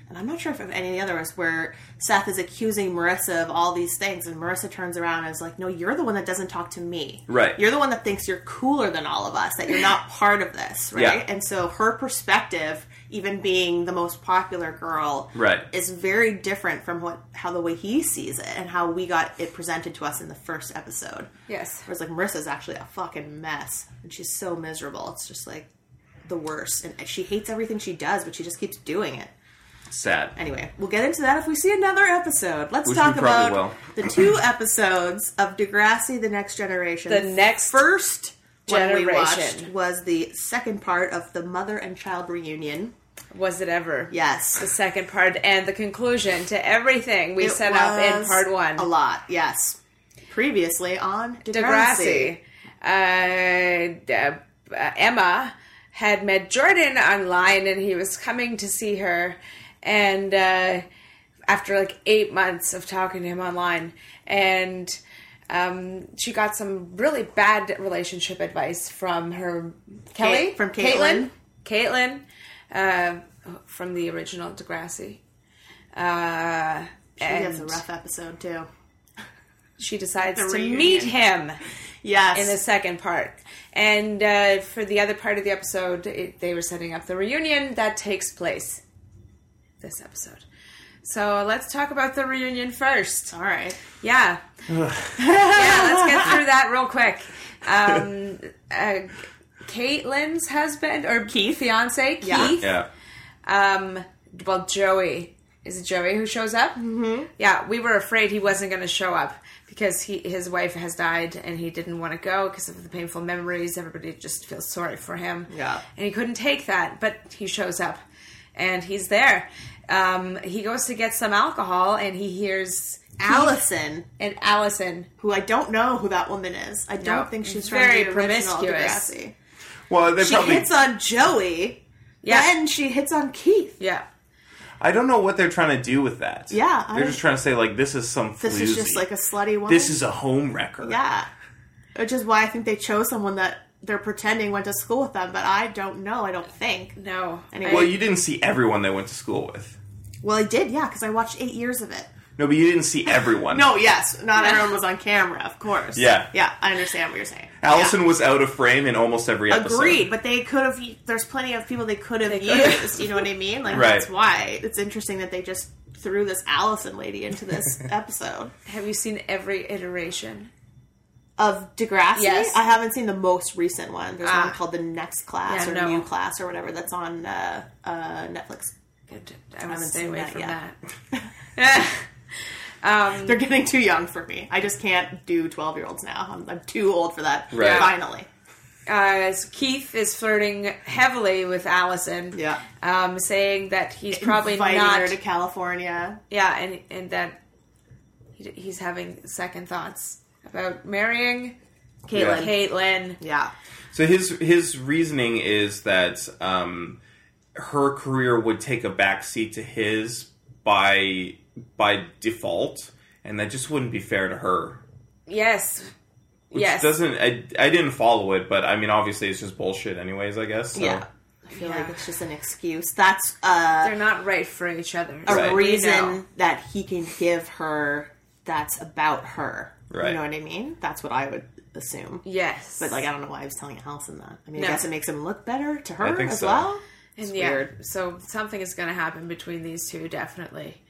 D: And I'm not sure if of any of the others where Seth is accusing Marissa of all these things, and Marissa turns around and is like, "No, you're the one that doesn't talk to me.
E: Right.
D: You're the one that thinks you're cooler than all of us. That you're not part of this, right?"
E: Yeah.
D: And so her perspective, even being the most popular girl,
E: Right.
D: is very different from what how the way he sees it and how we got it presented to us in the first episode.
A: Yes.
D: Whereas like Marissa's actually a fucking mess, and she's so miserable. It's just like the worst, and she hates everything she does, but she just keeps doing it.
E: sad.
D: Anyway, we'll get into that if we see another episode. Let's
E: Which we
D: talk
E: probably
D: about
E: will.
D: the two episodes of Degrassi: The Next Generation.
A: The next
D: first one we watched
A: generation.
D: was the second part of the mother and child reunion.
A: Was it ever? The
D: Yes,
A: second part and the conclusion to everything we
D: It
A: set up in
D: was
A: part one.
D: A lot, yes. Previously on
A: Degrassi.
D: Degrassi.
A: Uh, d- uh, Emma had met Jordan online and he was coming to see her. And uh, after like eight months of talking to him online, and um, she got some really bad relationship advice from her Kelly?
D: from Caitlin.
A: Caitlin. Caitlin, uh, from the original Degrassi. Uh,
D: She has a
A: and
D: rough episode too.
A: she decides
D: The
A: to
D: reunion.
A: meet him
D: Yes.
A: in the second part. And uh, for the other part of the episode, it, they were setting up the reunion that takes place this episode. So let's talk about the reunion first.
D: All right.
A: Yeah. yeah, let's get through that real quick. Um, uh, Caitlin's husband or Keith, fiance, Keith.
D: Yeah.
E: Yeah,
A: Um, well, Joey. Is it Joey who shows up? Mm-hmm. Yeah, we were afraid he wasn't going to show up because he his wife has died and he didn't want to go because of the painful memories. Everybody just feels sorry for him.
D: Yeah.
A: and he couldn't take that, but he shows up, and he's there. Um, he goes to get some alcohol and he hears
D: Allison,
A: and Allison.
D: who I don't know who that woman is. I
A: No,
D: don't think she's
A: very
D: very from the original
A: promiscuous.
D: Degrassi.
E: well, they
D: She
E: probably.
D: hits on Joey,
A: Yeah,
D: then she hits on Keith.
A: yeah.
E: I don't know what they're trying to do with that.
D: Yeah,
E: they're
D: I-
E: just trying to say like this is some.
D: This is just
E: floozy.
D: like a slutty woman.
E: This is a home wrecker.
D: yeah, which is why I think they chose someone that they're pretending went to school with them, but I don't know. I don't think.
A: No.
D: Anyway.
E: Well, you didn't see everyone they went to school with.
D: Well, I did, yeah, because I watched eight years of it.
E: No, but you didn't see everyone.
D: No, yes, not everyone was on camera, of course.
E: Yeah.
D: Yeah, I understand what you're saying.
E: Allison was out of frame in almost every episode.
D: Agreed, but they could have. There's plenty of people they could have used. You know what I mean? Like
E: Right.
D: that's why it's interesting that they just threw this Allison lady into this episode
A: Have you seen every iteration?
D: of Degrassi.
A: Yes.
D: I haven't seen the most recent one. There's
A: Ah.
D: one called the Next Class
A: Yeah,
D: or
A: no.
D: New Class or whatever that's on uh, uh, Netflix.
A: Good. I would
D: haven't
A: stay
D: seen
A: away
D: that
A: from
D: yet.
A: that.
D: They're getting too young for me. I just can't do 12 year olds now. I'm, I'm too old for that.
E: Right.
D: Finally.
A: Uh, Keith is flirting heavily with Allison.
D: Yeah.
A: Um, saying that he's probably
D: Inviting
A: not.
D: her to California.
A: yeah, and and that he- he's having second thoughts about marrying
E: Caitlyn.
A: Caitlyn.
D: Yeah.
E: So his his reasoning is that um, her career would take a backseat to his by by default, and that just wouldn't be fair to her.
A: Yes.
E: Which
A: yes.
E: doesn't I, I didn't follow it, but I mean obviously it's just bullshit anyways, I guess. So.
D: Yeah.
E: Oh.
D: I feel
A: Yeah.
D: like it's just an excuse. That's uh,
A: They're not right for each other.
D: a
E: Right.
D: reason
A: We know.
D: that he can give her that's about her.
E: Right.
D: You know what I mean? That's what I would assume.
A: Yes.
D: But like, I don't know why I was telling Allison that. I mean,
A: No.
D: I guess it makes him look better to her
E: think
D: as
E: so.
D: well.
A: And
D: It's
A: yeah,
D: weird.
A: So something is going to happen between these two, definitely.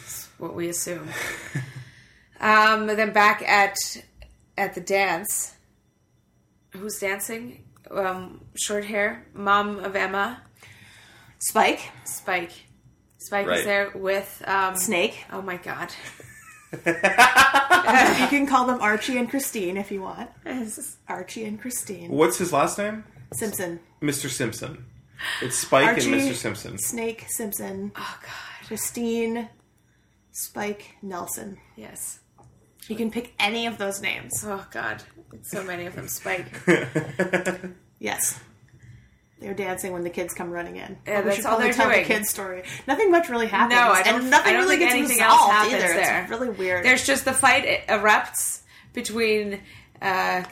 A: It's what we assume. um, then back at at the dance, who's dancing? Um, short hair, mom of Emma,
D: Spike,
A: Spike. Spike is
E: Right.
A: there with um,
D: Snake.
A: Oh my god!
D: you can call them Archie and Christine if you want.
A: This is-
D: Archie and Christine
E: What's his last name?
D: Simpson.
E: Mr. Simpson. It's Spike
D: Archie,
E: and Mr. Simpson.
D: Snake Simpson.
A: Oh god!
D: Christine. Spike Nelson.
A: Yes.
D: You can pick any of those names.
A: Oh god! So many of them. Spike.
D: Yes. They're dancing when the kids come running in.
A: Yeah,
D: we
A: that's
D: should
A: all
D: probably
A: they're
D: tell
A: doing.
D: the kids story. Nothing much really happens.
A: No, I don't.
D: and nothing
A: I don't
D: really
A: think
D: gets
A: anything
D: resolved
A: else happens
D: either.
A: there.
D: It's really weird.
A: There's just the fight e- erupts between uh,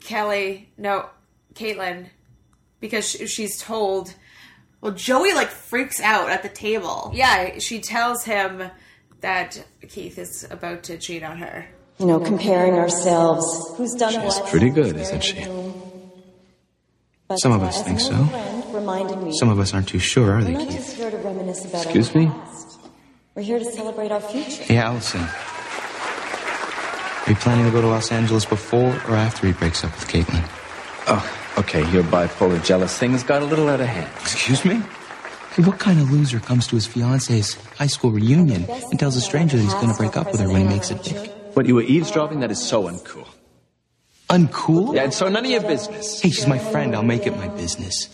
A: Kelly, no, Caitlin, because she, she's told.
D: well, Joey like freaks out at the table.
A: Yeah, she tells him that Keith is about to cheat on her.
L: You know, comparing ourselves. Who's done
I: She's
L: what?
I: pretty good, isn't she?
L: But,
I: Some of
L: uh,
I: us
L: as
I: think
L: an
I: so.
L: old friend reminded me,
I: Some of us aren't too sure, are
L: We're
I: they,
L: not
I: Keith?
L: just here to reminisce about our
I: Excuse me?
L: past. We're here to celebrate our future.
I: Hey, Allison. Are you planning to go to Los Angeles before or after he breaks up with Caitlin? Oh, okay, your bipolar jealous thing has got a little out of hand. Excuse me? Hey, what kind of loser comes to his fiance's high school reunion and tells a stranger that he's going to break up with her when he makes it big?
M: What, you were eavesdropping? That is so uncool.
I: Uncool?
M: Yeah, it's so none of your business.
I: Hey, she's my friend. I'll make it my business.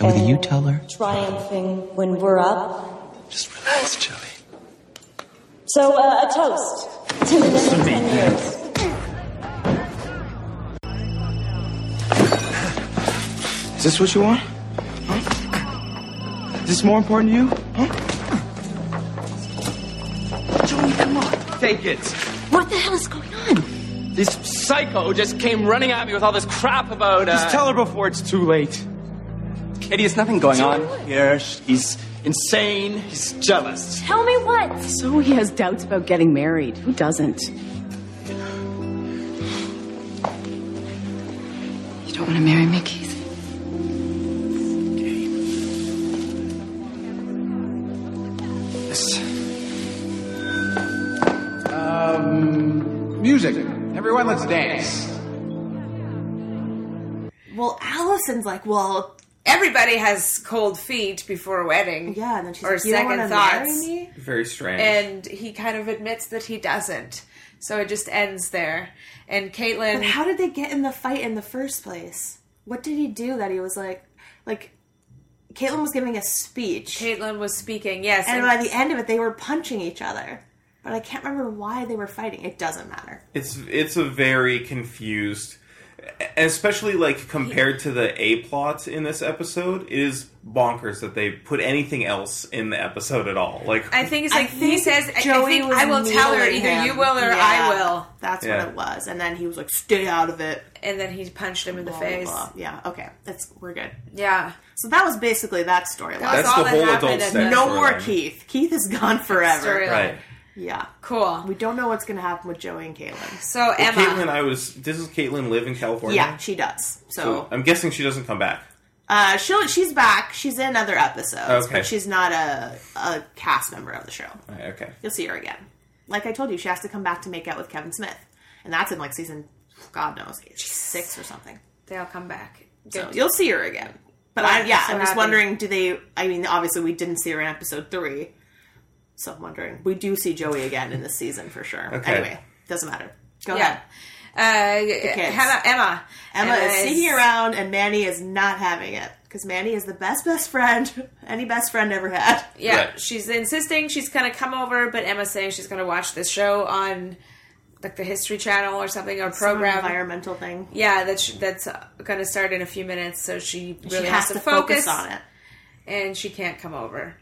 I: Now, whether you tell her,
L: Triumphing when we're up.
I: just relax, Joey.
L: So, uh, a toast to the next 10 years.
I: Is this what you want? Huh? Is this more important to you? Huh? Joey, come on.
M: Take it.
L: What the hell is going on?
M: This psycho just came running at me with all this crap about. Uh...
I: Just tell her before it's too late.
M: Katie, there's nothing going on here. He's insane. He's jealous.
L: Tell me what?
N: So he has doubts about getting married. Who doesn't?
L: You don't want to marry me, Keith?
I: Yes. Um, music. Everyone, let's dance.
D: Well, Allison's like, well,
A: Everybody has cold feet before a wedding.
D: yeah, and then she's
A: or
D: like, you don't
A: second
D: want to marry
A: thoughts.
D: me?
E: Very strange.
A: And he kind of admits that he doesn't. So it just ends there. And
D: But
A: Caitlin.
D: how did they get in the fight in the first place? What did he do that he was like, like, Caitlyn was giving a speech,
A: Caitlin was speaking, yes.
D: and by the end of it, they were punching each other. But I can't remember why they were fighting. It doesn't matter.
E: It's it's a very confused. especially like compared to the A plot in this episode, it is bonkers that they put anything else in the episode at all. Like
A: I think it's like he says, I- I think I will tell her, either you will or I will.
D: That's
E: Yeah.
D: what it was. And then he was like, stay out of it.
A: And then he punched him in the
D: Blah, blah,
A: face.
D: blah. Yeah, okay. That's we're good.
A: Yeah.
D: So that was basically that storyline.
E: That's That's all the that whole happened adult at the-
D: No more
E: storyline.
D: Keith. Keith is gone forever.
A: Storyline.
E: Right.
D: Yeah.
A: Cool.
D: We don't know what's gonna happen with Joey and Caitlin.
A: So
E: Well, Caitlin, I was. This is Caitlin live in California?
D: Yeah, she does. So
E: I'm guessing she doesn't come back.
D: uh, she'll she's back. She's in other episodes,
E: Okay.
D: but she's not a a cast member of the show.
E: All right, okay.
D: You'll see her again. Like I told you, she has to come back to make out with Kevin Smith, and that's in like season, God knows, six or something.
A: They all come back.
D: So
A: Good.
D: you'll see her again. But
A: Wow,
D: I, yeah,
A: so
D: I'm just
A: happy.
D: wondering, do they? I mean, obviously we didn't see her in episode three, so I'm wondering. We do see Joey again in this season for sure.
E: Okay.
D: Anyway, doesn't matter. Go
A: yeah.
D: ahead.
A: Uh,
D: Kids.
A: Hannah, Emma.
D: Emma is sneaking around, and Manny is not having it because Manny is the best best friend any best friend ever had.
A: Yeah,
D: Right.
A: she's insisting she's gonna come over, but Emma's saying she's gonna watch this show on like the History Channel or something or
D: Some
A: program.
D: environmental thing.
A: Yeah, that's that's uh, gonna start in a few minutes, so she really
D: she
A: has, to, focus,
D: on it.
A: and she can't come over.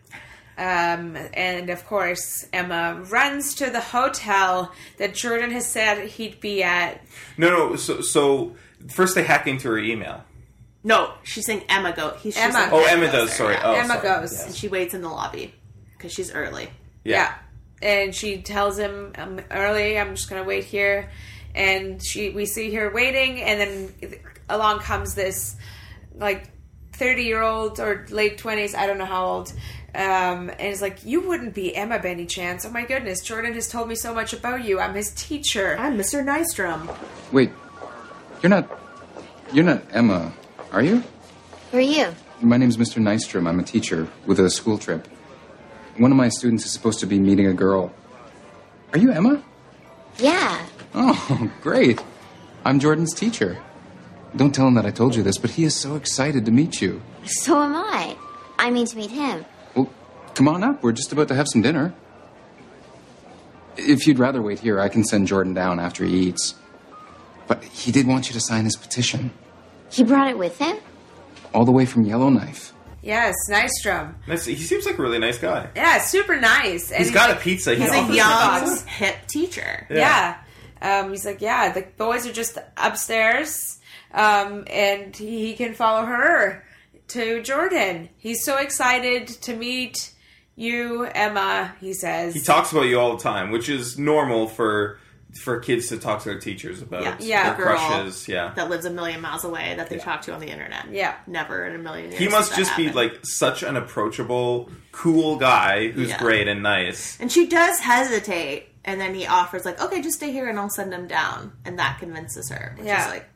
A: Um, and of course, Emma runs to the hotel that Jordan has said he'd be at.
E: No, no. So, so first they hack into her email.
D: No, she's saying Emma go. He's she's
A: Emma.
D: saying
E: Oh, Emma does.
D: there,
E: Sorry.
D: yeah.
E: Oh,
A: Emma
E: sorry.
A: goes.
E: Yeah.
D: and she waits in the lobby because she's early.
E: Yeah.
A: and she tells him i'm early i'm just gonna wait here and she we see her waiting and then along comes this like 30 year old or late 20s i don't know how old um, and it's like you wouldn't be emma by any chance oh my goodness jordan has told me so much about you i'm his teacher
D: i'm mr nystrom
I: Wait, you're not. You're not Emma, are you?
O: Who are you?
I: My name's Mr. Nystrom. I'm a teacher with a school trip. One of my students is supposed to be meeting a girl. Are you Emma?
O: Yeah.
I: Oh, great. I'm Jordan's teacher. Don't tell him that I told you this, but he is so excited to meet you.
O: So am I. I mean to meet him.
I: Come on up. We're just about to have some dinner. If you'd rather wait here, I can send Jordan down after he eats. But he did want you to sign his petition,
O: He brought it with him?
I: all the way from Yellowknife.
A: yes nystrom
E: Nice. He seems like a really nice guy.
A: yeah super nice and
E: he's got a pizza. He
A: he's
E: offers
A: a
E: a
A: young
E: pizza.
D: hip teacher.
A: Yeah. Um, he's like, yeah, the boys are just upstairs, um, and he can follow her to Jordan. He's so excited to meet you, Emma. He says,
E: He talks about you all the time, which is normal for for kids to talk to their teachers about
D: Yeah,
A: Yeah.
E: their
A: girl.
E: crushes. Yeah.
D: that lives a million miles away that they talk to on the internet.
A: Yeah.
D: Never in a million years.
E: He must
D: did that
E: just be
D: happen.
E: like such an approachable, cool guy who's
D: Yeah.
E: great and nice.
D: And she does hesitate, and then he offers like, "Okay, just stay here, and I'll send him down," and that convinces her. Which
A: Yeah.
D: is like,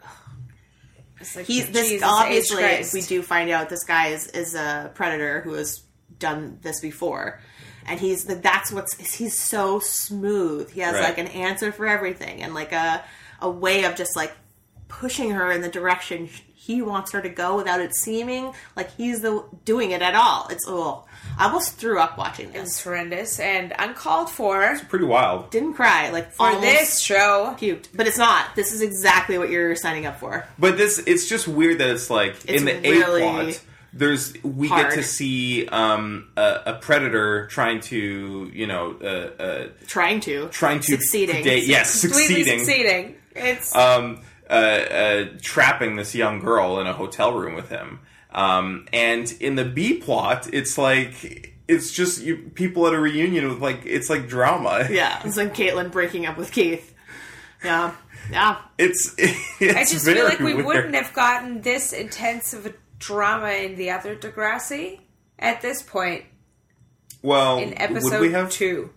A: It's like,
D: he's this
A: Jesus
D: obviously
A: H. Christ.
D: we do find out this guy is is a predator who has done this before. And he's the, that's what's he's so smooth. He has
O: Right.
D: like an answer for everything and like a a way of just like pushing her in the direction he wants her to go without it seeming like he's the doing it at all. It's oh, I almost threw up watching this.
A: It's horrendous and uncalled for.
E: Pretty wild.
D: Didn't cry like
A: For this
D: show. Puked, but it's not. This is exactly what you're signing up for.
E: But this, it's just weird that it's like
D: It's
E: in the
D: really
E: A plot. There's we
D: hard.
E: get to see um, a, a predator trying to you know uh, uh,
D: Trying to
E: trying to
D: succeeding.
E: predate- yes, succeeding,
A: succeeding. It's
E: um, uh, uh, trapping this young girl in a hotel room with him. Um, and in the B plot, it's like it's just you, people at a reunion with like it's like drama.
D: Yeah, it's like Caitlyn breaking up with Keith. Yeah, yeah.
E: It's.
A: I
E: it's
A: just feel like we
E: very weird.
A: wouldn't have gotten this intense of a drama in the other Degrassi at this point.
E: Well,
A: in
E: would
A: episode
E: we have
A: two?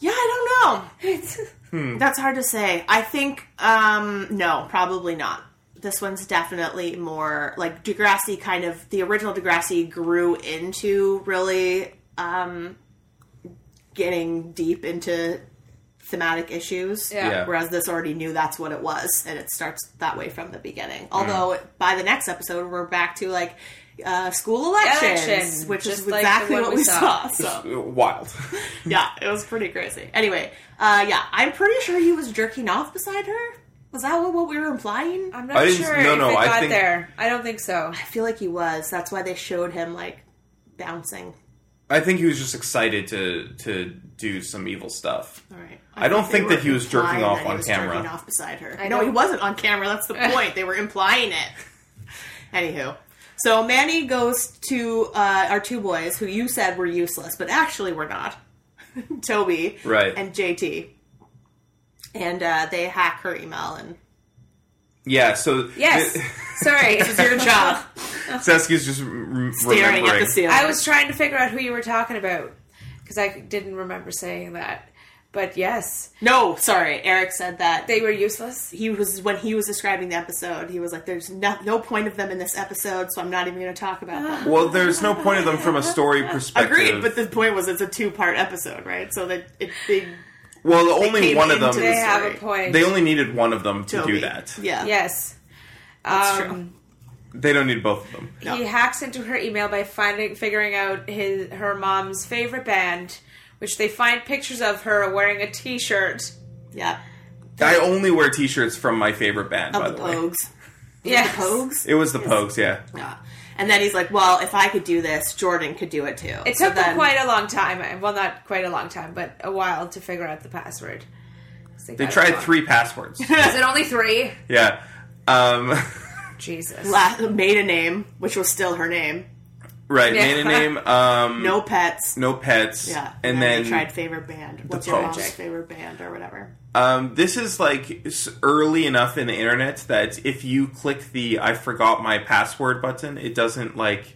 D: Yeah, I
A: don't know.
E: Hmm.
D: That's hard to say. I think um no, probably not. This one's definitely more like Degrassi kind of the original Degrassi grew into really um getting deep into thematic issues.
A: Yeah. Yeah.
D: Whereas this already knew that's what it was and it starts that way from the beginning. Although by the next episode we're back to like uh, school elections,
A: Election,
D: which is
A: just like the
D: exactly
A: one
D: what
A: we
D: we
A: saw.
D: saw so
E: wild.
D: yeah, it was pretty crazy. Anyway, uh, yeah, I'm pretty sure he was jerking off beside her. Was that what, what we were implying? I'm
A: not I didn't- sure no, if no, it I got think- there. I don't think so.
D: I feel like he was. That's why they showed him like bouncing.
E: I think he was just excited to to do some evil stuff.
D: All right.
E: I, don't think
D: they
E: that
D: were
E: he was jerking
D: implying
E: off
D: that he
E: on
D: was
E: camera.
D: jerking off beside her.
A: I
D: no, he
A: don't-
D: wasn't on camera. That's the point. they were implying it. Anywho, so Manny goes to uh, our two boys who you said were useless, but actually were not. Toby,
E: Right.
D: and JT, and uh, they hack her email and
E: Yeah, so
A: Yes. Sorry.
D: This is your job.
E: Seski's just re- remembering.
A: I was trying to figure out who you were talking about because I didn't remember saying that. But yes.
D: No, sorry. Eric said that
A: they were useless.
D: he was when he was describing the episode. He was like, "There's no, no point of them in this episode, so I'm not even going to talk about them."
E: Well, there's no point of them from a story perspective.
D: Agreed, but the point was it's a two part episode, right? So that it, they
E: well, the
D: they
E: only
D: came
E: one of
D: into
E: them.
D: the They have a story. point.
E: They only needed one of them to
D: Toby.
E: do that.
D: Yeah.
A: Yes.
D: That's
A: um,
E: They don't need both of them.
A: He hacks into her email by finding figuring out his her mom's favorite band, which they find pictures of her wearing a T-shirt.
D: Yeah.
E: I only wear T-shirts from my favorite band, by the,
D: of the
E: way.
D: Pogues.
A: Yeah,
D: Pogues.
E: It was the Pogues, yeah.
D: Yeah. And then he's like, "Well, if I could do this, Jordan could do it too."
A: It
D: So
A: took them
D: then-
A: quite a long time. Well, not quite a long time, but a while to figure out the password. 'Cause
E: They
A: got it
E: tried
A: wrong.
E: three passwords.
A: Is it only three?
E: yeah. Um,
A: Jesus.
D: La- maiden name, which was still her name.
E: right.
D: Yeah.
E: Maiden name. Um,
D: No pets.
E: No pets.
D: Yeah.
E: And,
D: they
E: then
D: tried favorite band. What's your
E: Pogues.
D: mom's favorite band or whatever?
E: Um, this is like s- early enough in the internet that if you click the "I forgot my password" button, it doesn't like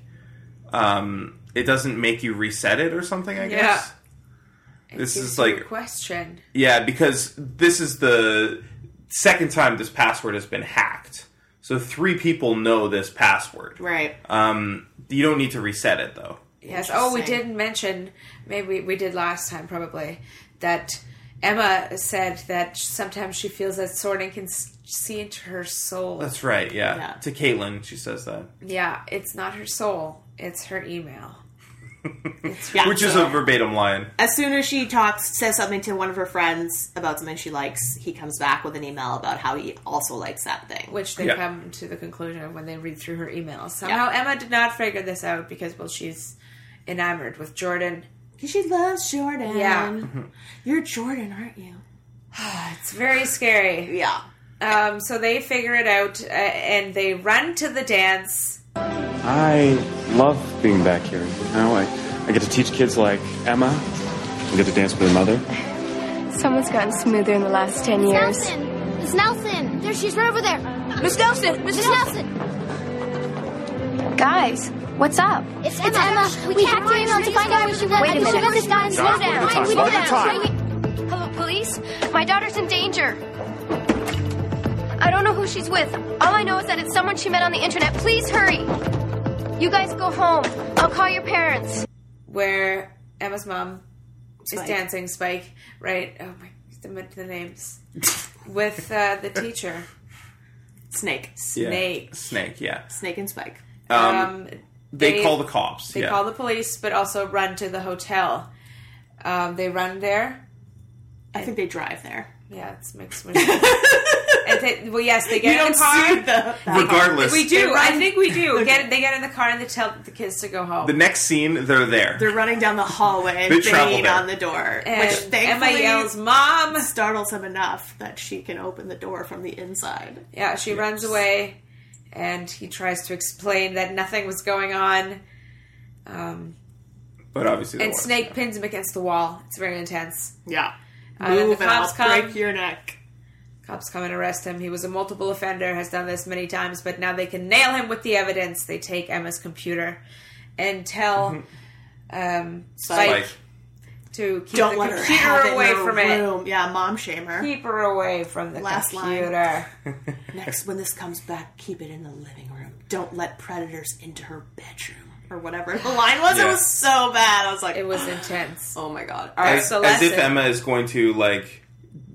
E: um, it doesn't make you reset it or something. I
A: Yeah.
E: guess this
A: Gives
E: is
A: you a
E: like
A: question.
E: yeah, because this is the second time this password has been hacked. So three people know this password.
D: Right.
E: Um, you don't need to reset it though.
A: Yes. Oh, we
D: Interesting.
A: didn't mention. Maybe we, we did last time, probably that Emma said that sometimes she feels that Sorting can s- see into her soul.
E: That's right. Yeah. To Caitlin, she says that,
A: Yeah, it's not her soul; it's her email.
D: Yeah.
E: which is
D: so-
E: a verbatim line.
D: As soon as she talks, says something to one of her friends about something she likes, he comes back with an email about how he also likes that thing.
A: which they
D: Yeah.
A: come to the conclusion of when they read through her emails. Somehow Emma did not figure this out because well she's enamored with Jordan.
D: Because she loves Jordan.
A: Yeah.
D: You're Jordan, aren't you?
A: It's very scary.
D: Yeah.
A: Um, so they figure it out uh, and they run to the dance.
P: I love being back here. You know, I, I get to teach kids like Emma. I get to dance with her mother.
J: Someone's gotten smoother in the last ten years.
O: Nelson! Miss Nelson! There, she's right over there! Miss Nelson! Miss Nelson!
J: Guys, what's up?
O: It's Emma! We, can't find her to find out where she went.
J: Wait a minute.
O: Let this guy
J: Stop.
O: slow down.
J: One at a time. One at a time.
O: Wait. Hello, police? My daughter's in danger.
J: I don't know who she's with. All I know is that it's someone she met on the internet. Please hurry. You guys go home. I'll call your parents.
A: Where Emma's mom
J: Spike.
A: is dancing Spike, right? Oh my, the, the names with uh, the teacher
D: Snake.
A: Snake.
E: Yeah. Snake. Yeah.
D: Snake and Spike.
E: Um, they, call the cops.
A: They
E: yeah.
A: call the police, but also run to the hotel. Um, they run there.
D: I think they drive there.
A: Yeah, it's mixed. with- and they, well, yes, they get
D: You
A: in the
D: don't
A: car.
D: see the- the- Regardless.
A: we do.
D: They
A: I
D: run-
A: think we do. Get they get in the car and they tell the kids to go home.
E: The next scene, they're there.
D: They're running down the hallway
E: They
D: and
E: travel
D: banging
E: there.
D: on the door.
A: And
D: which
A: Emma
D: thankfully
A: yells, Mom!
D: startles him enough that she can open the door from the inside.
A: yeah, she runs away, and he tries to explain that nothing was going on. Um,
E: But obviously,
A: and Snake pins him against the wall. It's very intense.
D: Yeah.
A: Uh, then
D: Move
A: the
D: and I'll
A: cops come.
D: break your neck.
A: Cops come and arrest him. He was a multiple offender, has done this many times, but now they can nail him with the evidence. They take Emma's computer and tell um, Spike,
D: Spike.
A: to keep
D: Don't
A: the
D: let her
A: computer
D: have it in
A: away
D: her
A: from
D: room. it. Yeah, mom shame her.
A: Keep her away from the
D: Last line.
A: computer.
D: Next, when this comes back, keep it in the living room. Don't let predators into her bedroom or whatever the line was. It
E: Yeah.
D: was so bad. I was like,
A: it was intense.
D: Oh my god! All right,
E: as,
D: so
E: as
D: lesson.
E: if Emma is going to like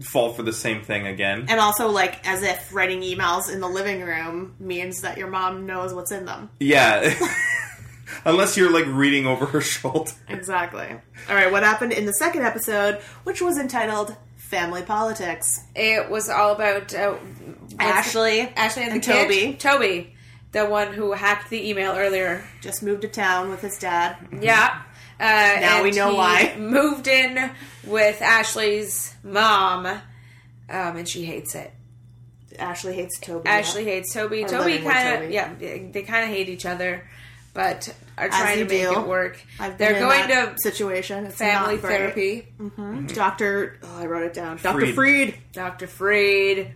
E: fall for the same thing again.
D: and also like as if writing emails in the living room means that your mom knows what's in them.
E: yeah, unless you're like reading over her shoulder.
D: Exactly. All right, what happened in the second episode, which was entitled "Family Politics"?
A: It was all about uh,
D: Ashley,
A: Ashley, and,
D: and
A: the kid.
D: Toby.
A: Toby, the one who hacked the email earlier.
D: Just moved to town with his dad.
A: Yeah. Uh,
D: Now
A: and
D: we know
A: he
D: why.
A: Moved in with Ashley's mom, um, and she hates it.
D: Ashley hates Toby.
A: Ashley hates Toby.
D: Or
A: Toby
D: living with
A: kind of
D: Toby.
A: yeah, they kind of hate each other, but are
D: As
A: trying
D: you
A: to make
D: do.
A: it work.
D: I've been
A: They're
D: in
A: going
D: that
A: to
D: situation. It's
A: family
D: not great.
A: therapy.
D: Mhm. Doctor, oh, I wrote it down. Doctor
A: Freed.
D: Freed.
A: Doctor Freed.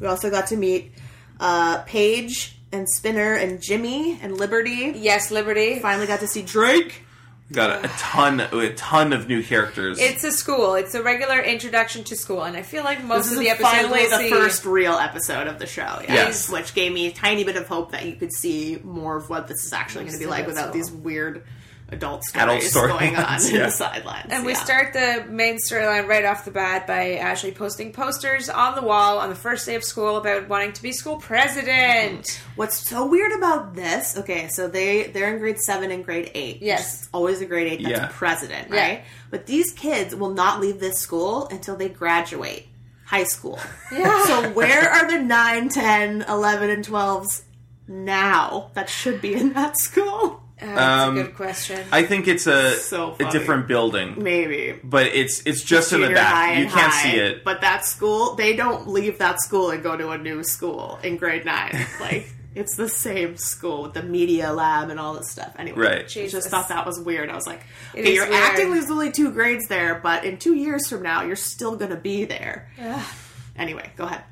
D: We also got to meet uh, Paige and Spinner and Jimmy and Liberty.
A: Yes, Liberty.
D: Finally got to see Drake.
E: Got a ton, a ton of new characters.
A: It's a school. It's a regular introduction to school, and I feel like most of
D: this is
A: the episodes
D: finally
A: we'll
D: the
A: see-
D: first real episode of the show.
E: Yes.
D: which gave me a tiny bit of hope that you could see more of what this is actually going to be
A: Just
D: like
A: adult
D: without
A: story.
D: these weird adult stories
E: Adult story
D: going on
E: lines,
D: in
E: yeah.
D: the sidelines.
A: And we
D: yeah.
A: start the main storyline right off the bat by Ashley posting posters on the wall on the first day of school about wanting to be school president.
D: What's so weird about this? Okay, so they they're in grade seven and grade eight.
A: Yes.
D: It's always a grade eight that's
A: Yeah.
D: a president,
A: Yeah.
D: right? But these kids will not leave this school until they graduate high school.
A: Yeah.
D: So where are the 9, 10, 11, and 12s now that should be in that school?
E: Um,
A: question.
E: I think it's a
D: So
E: a different building,
D: Maybe.
E: but it's it's just in the
D: Junior high
E: back. You
D: and
E: can't
D: high,
E: see it.
D: But that school, they don't leave that school and go to a new school in grade nine. Like, it's the same school with the media lab and all this stuff. Anyway,
E: Right.
D: I
A: Jesus.
D: just thought that was weird. I was like,
A: It
D: okay,
A: is
D: you're
A: weird.
D: acting there's only two grades there, but in two years from now, you're still going to be there.
A: Ugh.
D: Anyway, go ahead.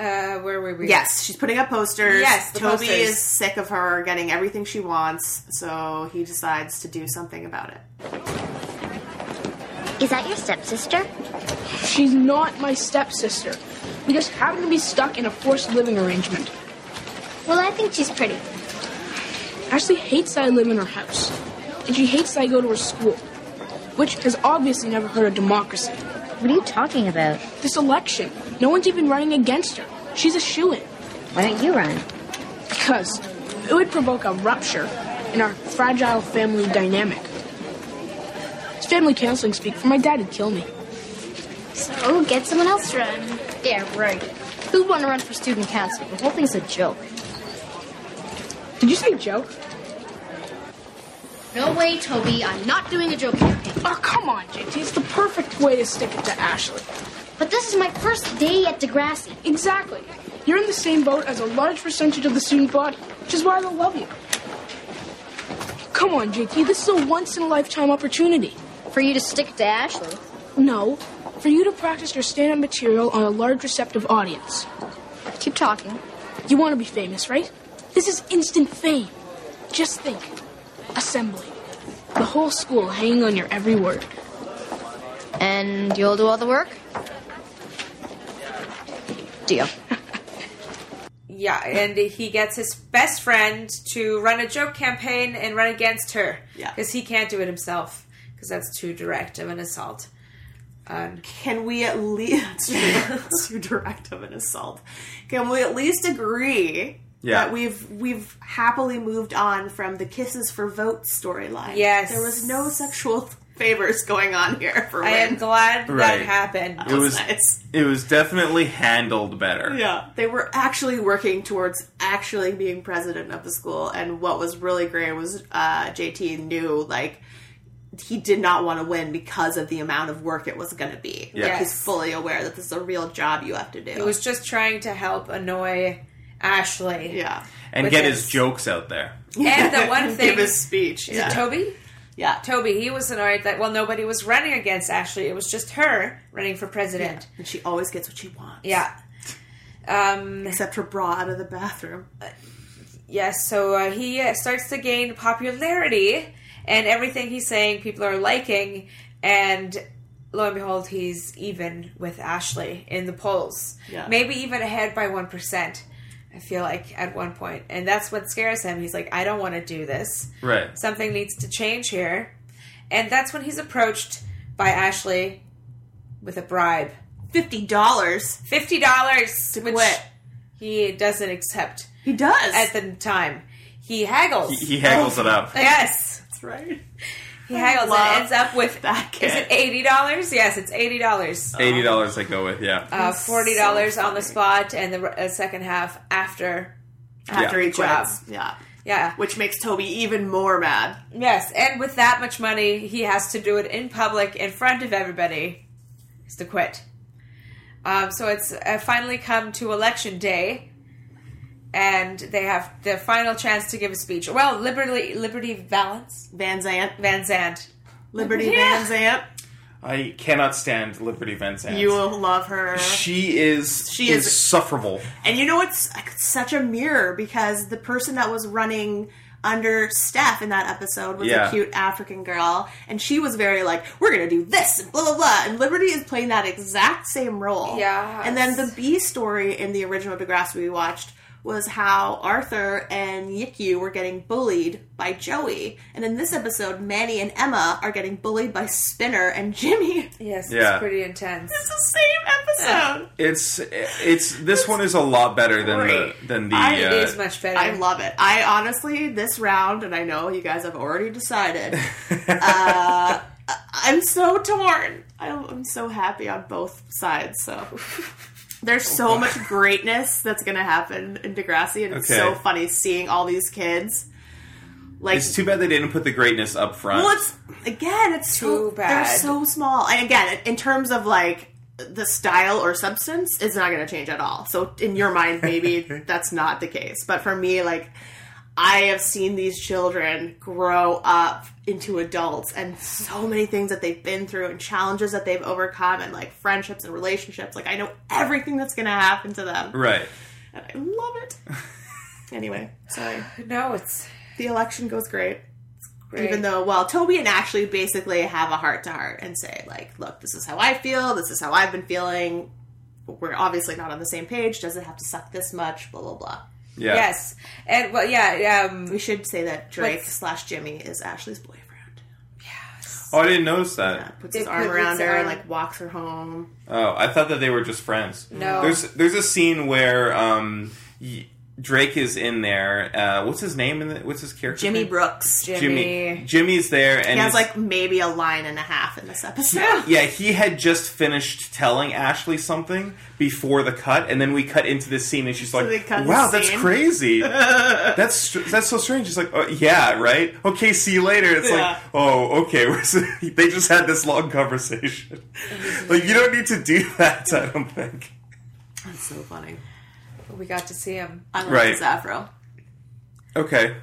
A: Uh, where were we?
D: Yes, she's putting up posters.
A: Yes, the
D: Toby
A: posters.
D: is sick of her getting everything she wants, so he decides to do something about it.
Q: Is that your stepsister?
R: She's not my stepsister. We just happen to be stuck in a forced living arrangement.
Q: Well, I think she's pretty.
R: Ashley hates that I live in her house, and she hates that I go to her school, which has obviously never heard of democracy.
Q: What are you talking about?
R: This election, no one's even running against her. She's a shoo in.
Q: Why don't you run?
R: Because it would provoke a rupture in our fragile family dynamic. It's family counseling speak, for my dad would kill me.
Q: So get someone else to run. Yeah, right. Who'd want to run for student council? The whole thing's a joke.
R: Did you say joke?
Q: No way, Toby. I'm not doing a joke campaign.
R: Oh, come on, JT. It's the perfect way to stick it to Ashley.
Q: But this is my first day at Degrassi.
R: Exactly. You're in the same boat as a large percentage of the student body, which is why they'll love you. Come on, JT. This is a once in a lifetime opportunity.
Q: For you to stick to Ashley?
R: No, for you to practice your stand up material on a large receptive audience.
Q: Keep talking.
R: You want to be famous, right? This is instant fame. Just think assembly. The whole school hanging on your every word.
Q: And you'll do all the work? Deal.
A: Yeah, and he gets his best friend to run a joke campaign and run against her.
D: Yeah.
A: Because he can't do it himself, because that's too direct of an assault. Um,
D: Can we at least too direct of an assault? Can we at least agree
A: Yeah.
D: that we've we've happily moved on from the kisses for vote storyline?
A: Yes.
D: there was no sexual favors going on here. For
A: I am
D: Wynn.
A: glad
E: Right.
A: that happened.
E: It was it was definitely handled better.
D: Yeah, they were actually working towards actually being president of the school. And what was really great was uh, JT knew like he did not want to win because of the amount of work it was going to be.
A: Yeah.
D: Like,
A: Yes.
D: he's fully aware that this is a real job you have to do.
A: He was just trying to help annoy Ashley.
D: Yeah.
E: and
A: With
E: get his jokes out there.
A: And the one thing.
D: give his speech.
A: Is
D: yeah.
A: it Toby?
D: Yeah.
A: Toby, he was annoyed that, well, nobody was running against Ashley. It was just her running for president.
D: And she always gets what she wants.
A: Yeah. Um,
D: Except her bra out of the bathroom.
A: Yes, so uh, he uh, starts to gain popularity, and everything he's saying, people are liking, and lo and behold, he's even with Ashley in the polls.
D: Yeah.
A: Maybe even ahead by 1%, I feel like, at one point. And that's what scares him. He's like, I don't want to do this.
E: Right.
A: Something needs to change here. And that's when he's approached by Ashley with a bribe
D: $50. $50.
A: $50, which
D: quit.
A: he doesn't accept.
D: He does.
A: At the time. He haggles.
E: He- he haggles it up.
A: Yes.
D: That's right.
A: He haggles and ends up with is it eighty dollars? Yes, it's eighty dollars.
E: Eighty dollars I go with, yeah.
A: Uh, Forty dollars on the spot, and the uh, second half after
D: After he quits. Yeah.
A: Yeah.
D: Which makes Toby even more mad.
A: Yes, and with that much money, he has to do it in public, in front of everybody, is to quit. Um, so it's uh, finally come to election day, and they have the final chance to give a speech. Well, Liberty Liberty Valance
D: Van Zant
A: Van Zant
D: Liberty
A: Yeah.
D: Van
E: I cannot stand Liberty Van
D: Zant.
E: Zandt.
D: You will love her.
E: she is
D: She
E: she is
D: is-
E: insufferable.
D: And you know it's such a mirror because the person that was running under Steph in that episode was a
E: Yeah.
D: cute African girl, and she was very like, "We're gonna do this," and blah blah blah. And Liberty is playing that exact same role.
A: Yes.
D: And then the B story in the original Degrassi we watched was how Arthur and Yikyu were getting bullied by Joey, and in this episode, Manny and Emma are getting bullied by Spinner and Jimmy.
A: Yes,
E: Yeah.
A: it's pretty intense. It's
D: the same episode.
E: It's it's this one is a lot better than the than the
D: I-
E: uh,
A: much better.
D: I love it. I honestly, this round, and I know you guys have already decided. uh, I'm so torn. I- I'm so happy on both sides. So there's so much greatness that's going to happen in Degrassi, and it's
E: Okay.
D: so funny seeing all these kids. Like
E: it's too bad they didn't put the greatness up front.
D: well, it's again, it's so
A: Too bad.
D: They're so small, and again, in terms of like the style or substance, it's not going to change at all. So in your mind, maybe that's not the case, but for me, like I have seen these children grow up into adults, and so many things that they've been through, and challenges that they've overcome, and like friendships and relationships. Like I know everything that's going to happen to them,
E: right.
D: and I love it. anyway, sorry.
A: No, it's
D: The election goes great.
A: great.
D: Even though, well, Toby and Ashley basically have a heart to heart and say, like, look, this is how I feel, this is how I've been feeling. We're obviously not on the same page. Does it have to suck this much? Blah blah blah.
E: Yeah.
A: Yes, and well, yeah. Um,
D: We should say that Drake
A: What's-
D: slash Jimmy is Ashley's boyfriend.
E: Oh, I didn't notice that.
D: Puts
A: They
D: his
A: put
D: arm
A: his
D: around her
A: arm-
D: and like walks her home.
E: Oh, I thought that they were just friends.
A: No.
E: There's there's a scene where um y- Drake is in there. Uh, what's his name? In the, what's his character?
D: Jimmy
E: name?
D: Brooks.
E: Jimmy. Jimmy's there, and
D: he has
E: he's-
D: like maybe a line and a half in this episode.
E: Yeah, he had just finished telling Ashley something before the cut, and then we cut into this scene, and she's
D: they
E: like,
D: cut the
E: "Wow, that's
D: scene.
E: crazy. that's str- that's so strange." She's like, oh, "Yeah, right. Okay, see you later." It's
D: Yeah.
E: like, "Oh, okay." We're so- they just had this long conversation. like, you don't need to do that. I don't think.
D: That's so funny.
A: we got to see him.
D: I love
E: Right.
D: his afro.
E: Okay,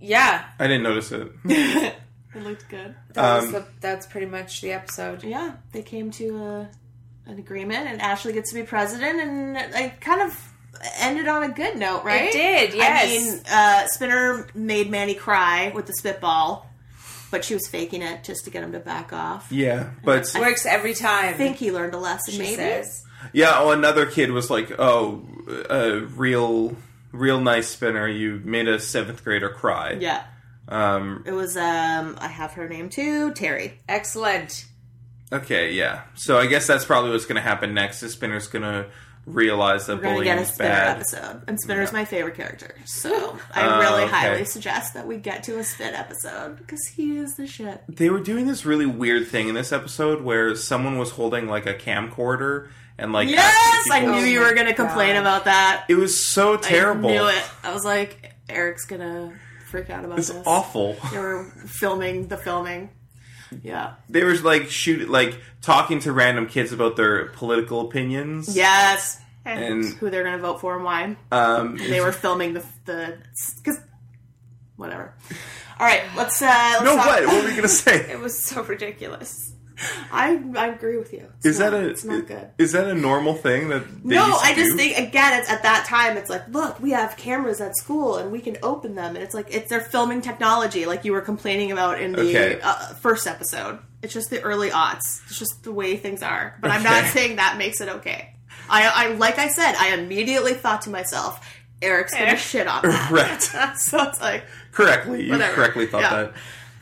A: Yeah,
E: I didn't notice it.
D: It looked good.
A: that was
E: Um,
A: the, that's pretty much the episode.
D: yeah, they came to a, an agreement, and Ashley gets to be president, and it kind of ended on a good note, right?
A: It did,
D: I
A: yes.
D: mean, uh, Spinner made Manny cry with the spitball, but she was faking it just to get him to back off.
E: Yeah, but
A: Works every time.
D: I think he learned a lesson.
A: she
D: maybe
A: says.
E: yeah. Oh, another kid was like, "Oh, uh, real." Real nice spinner. You made a seventh grader cry.
D: yeah,
E: Um,
D: it was. Um, I have her name too, Terry.
A: Excellent.
E: Okay, yeah. So I guess that's probably what's going to happen next. The spinner's going to realize that
D: We're gonna
E: bullying
D: get a
E: is
D: Spinner
E: bad.
D: episode, and Spinner's my favorite character, so I
E: Uh,
D: really
E: okay.
D: highly suggest that we get to a Spin episode because he is the shit.
E: They were doing this really weird thing in this episode where someone was holding like a camcorder and like
D: Yes,
E: asking
D: I
E: people-
D: knew you were gonna complain about that.
E: It was so terrible.
D: I knew it. I was like, Eric's gonna freak out about
E: It's
D: this.
E: awful.
D: They were filming the filming. Yeah.
E: They were like shoot like talking to random kids about their political opinions.
D: Yes.
E: And-
D: who they're gonna vote for and why?
E: Um,
D: They were filming the the because whatever. All right, let's. uh let's
E: no,
D: talk-
E: what? What were we gonna say?
A: It was so ridiculous.
D: I I agree with you. It's
E: Is
D: not-
E: that a
D: It's not good.
E: is that a normal thing that they
D: No,
E: used to
D: I just
E: do?
D: think again, it's at that time. It's like, look, we have cameras at school and we can open them, and it's like it's their filming technology, like you were complaining about in the
E: Okay.
D: uh, first episode. It's just the early aughts. It's just the way things are. But I'm not
E: Okay.
D: saying that makes it okay. I, I like I said, I immediately thought to myself, Eric's gonna shit on that.
E: Right.
D: so it's like
E: correctly. You
D: Whatever.
E: correctly thought
D: Yeah.
E: that.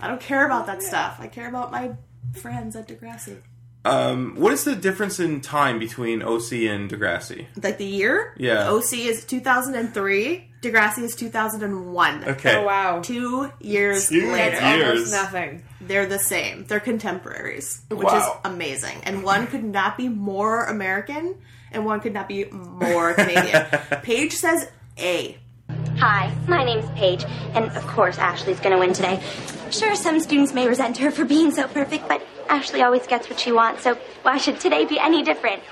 D: I don't care about that stuff. I care about my friends at Degrassi.
E: Um, what is the difference in time between OC and Degrassi?
D: Like the year?
E: Yeah.
D: The OC is 2003. Degrassi is 2001.
E: Okay. Oh,
A: wow.
D: Eh. Two years
E: Two
D: later.
E: years. Almost
A: nothing.
D: They're the same. They're contemporaries, which
E: Wow.
D: is amazing. And one could not be more American, and one could not be more Canadian. Paige says A.
S: Hi, my name's Paige, and of course Ashley's gonna win today. Sure, some students may resent her for being so perfect, but Ashley always gets what she wants, so why should today be any different?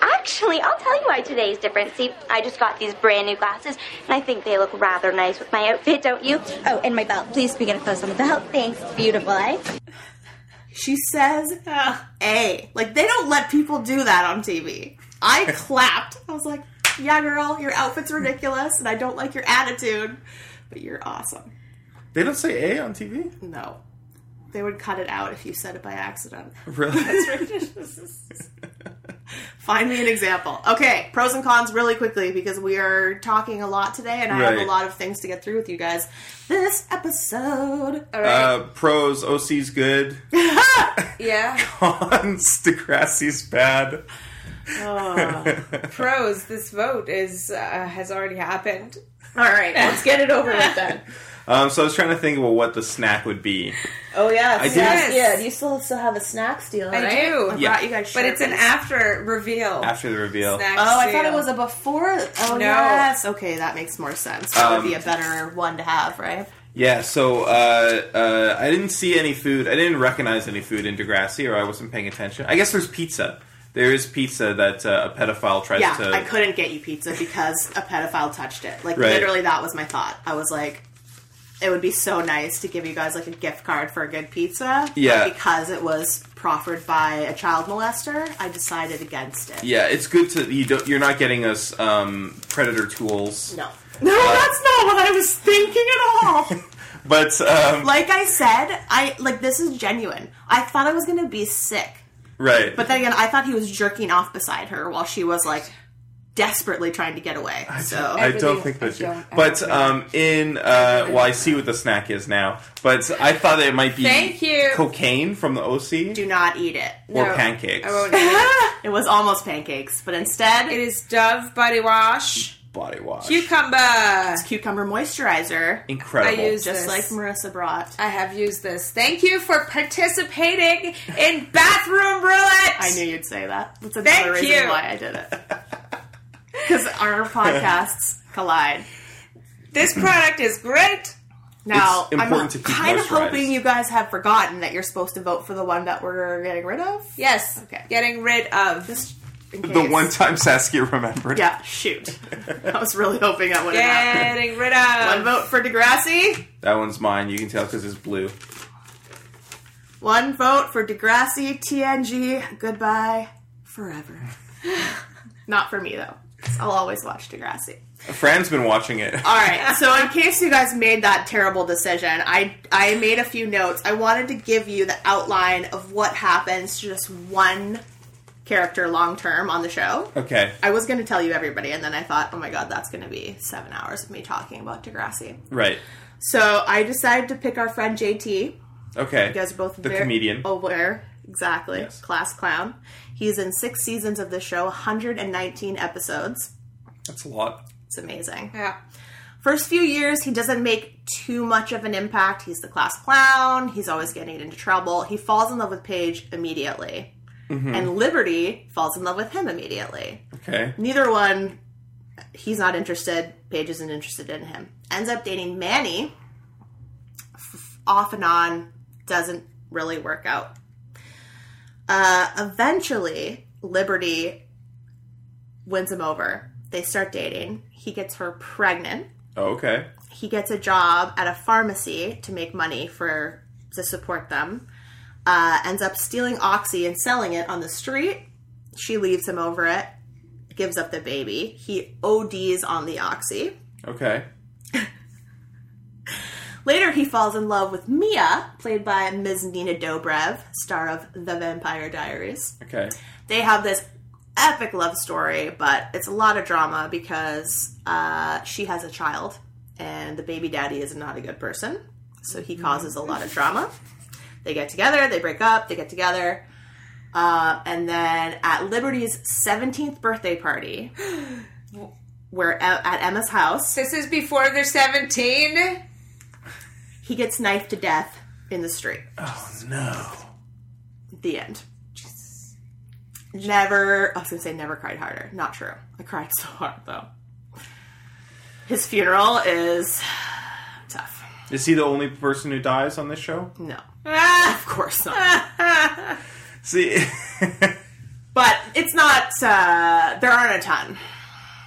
S: Actually, I'll tell you why today's different. See, I just got these brand new glasses, and I think they look rather nice with my outfit, don't you? Oh, and my belt. Please can get a close on the belt. Thanks. Beautiful, eh?
D: She says A. Like, they don't let people do that on TV. I clapped. I was like, yeah, girl, your outfit's ridiculous, and I don't like your attitude, but you're awesome.
E: They don't say A on TV?
D: No. They would cut it out if you said it by accident.
E: Really?
D: Find me an example. Okay, pros and cons really quickly because we are talking a lot today and I have a
E: Right.
D: lot of things to get through with you guys this episode. All right.
E: Uh, pros, OC's good.
A: Yeah.
E: Cons, Degrassi's bad.
A: Pros, this vote is uh, has already happened.
D: All right, let's get it over with then.
E: Um, so I was trying to think about what the snack would be.
D: oh, yeah.
E: I did-
D: snacks. Yeah, you still, still have a snack steal,
A: I
D: right?
A: do.
D: I
E: Yeah.
D: brought you guys
A: But it's an
D: Sharpies.
A: after reveal.
E: After the reveal.
A: Snack
D: Oh, I thought it
A: sale.
D: was a before. Oh,
A: No.
D: yes. Okay, that makes more sense. That
E: Um,
D: would be a better one to have, right?
E: Yeah, so uh, uh, I didn't see any food. I didn't recognize any food in Degrassi, or I wasn't paying attention. I guess there's pizza. There is pizza that uh, a pedophile tries
D: yeah,
E: to.
D: I couldn't get you pizza because a pedophile touched it. Like
E: Right.
D: literally, that was my thought. I was like, it would be so nice to give you guys like a gift card for a good pizza. but
E: Yeah.
D: because it was proffered by a child molester, I decided against it.
E: Yeah, it's good to you. Don't, you're not getting us um, predator tools,
D: No, no, that's not what I was thinking at all.
E: but um,
D: like I said, I like this is genuine. I thought I was gonna be sick,
E: right.
D: but then again, I thought he was jerking off beside her while she was like desperately trying to get away. So
E: I don't think that you. But um, in uh, well, I see what the snack is now. But I thought it might be
D: Thank you.
E: cocaine from the OC
D: do not eat it.
E: or pancakes.
D: it was almost pancakes, but instead
A: it is Dove body wash,
E: Body wash.
A: cucumber. It's
D: cucumber moisturizer.
E: Incredible.
A: I use
D: Just like Marissa brought.
A: I have used this. Thank you for participating in bathroom roulette.
D: I knew you'd say that. That's another
A: Thank
D: reason
A: you.
D: why I did it. Because our podcasts collide.
A: This product is great.
D: Now,
A: It's important
D: I'm
A: to keep
D: kind of
A: moisturized.
D: hoping you guys have forgotten that you're supposed to vote for the one that we're getting rid of.
A: Yes.
D: Okay.
A: Getting rid of.
E: The one time Saskia remembered.
D: Yeah, shoot. I was really hoping that would have happened.
A: Getting rid of.
D: One vote for Degrassi.
E: That one's mine. You can tell because it's blue.
D: One vote for Degrassi, TNG, goodbye forever. Not for me, though. 'cause I'll always watch Degrassi.
E: A friend's been watching it.
D: All right, so in case you guys made that terrible decision, I, I made a few notes. I wanted to give you the outline of what happens to just one character long term on the show.
E: Okay.
D: I was going to tell you everybody, and then I thought, oh my god, that's going to be seven hours of me talking about Degrassi.
E: Right.
D: So I decided to pick our friend JT.
E: Okay.
D: You guys are both
E: the
D: very
E: comedian.
D: aware. Exactly. Class clown. He's in six seasons of the show, 119 episodes.
E: That's a lot.
D: It's amazing.
A: Yeah.
D: First few years, he doesn't make too much of an impact. He's the class clown. He's always getting into trouble. He falls in love with Paige immediately.
E: Mhm.
D: And Liberty falls in love with him immediately.
E: Okay.
D: Neither one, he's not interested. Paige isn't interested in him. Ends up dating Manny. F- off and on, doesn't really work out. Uh, eventually, Liberty wins him over. They start dating. He gets her pregnant.
E: Oh, okay.
D: He gets a job at a pharmacy to make money for to support them. Uh, ends up stealing oxy and selling it on the street. She leaves him over it. Gives up the baby. He ODs on the oxy.
E: Okay.
D: Later, he falls in love with Mia, played by Ms. Nina Dobrev, star of The Vampire Diaries.
E: Okay.
D: They have this epic love story, but it's a lot of drama because uh, she has a child and the baby daddy is not a good person. So he causes a lot of drama. They get together, they break up, they get together. Uh, and then at Liberty's 17th birthday party, we're at, at Emma's house.
A: This is before they're 17?
D: He gets knifed to death in the street.
E: Oh no.
D: The end. Never, I was gonna say never cried harder. Not true. I cried so hard though. His funeral is tough.
E: Is he the only person who dies on this show?
D: No.
E: Ah!
D: of course not.
E: See,
D: but it's not, uh, there aren't a ton.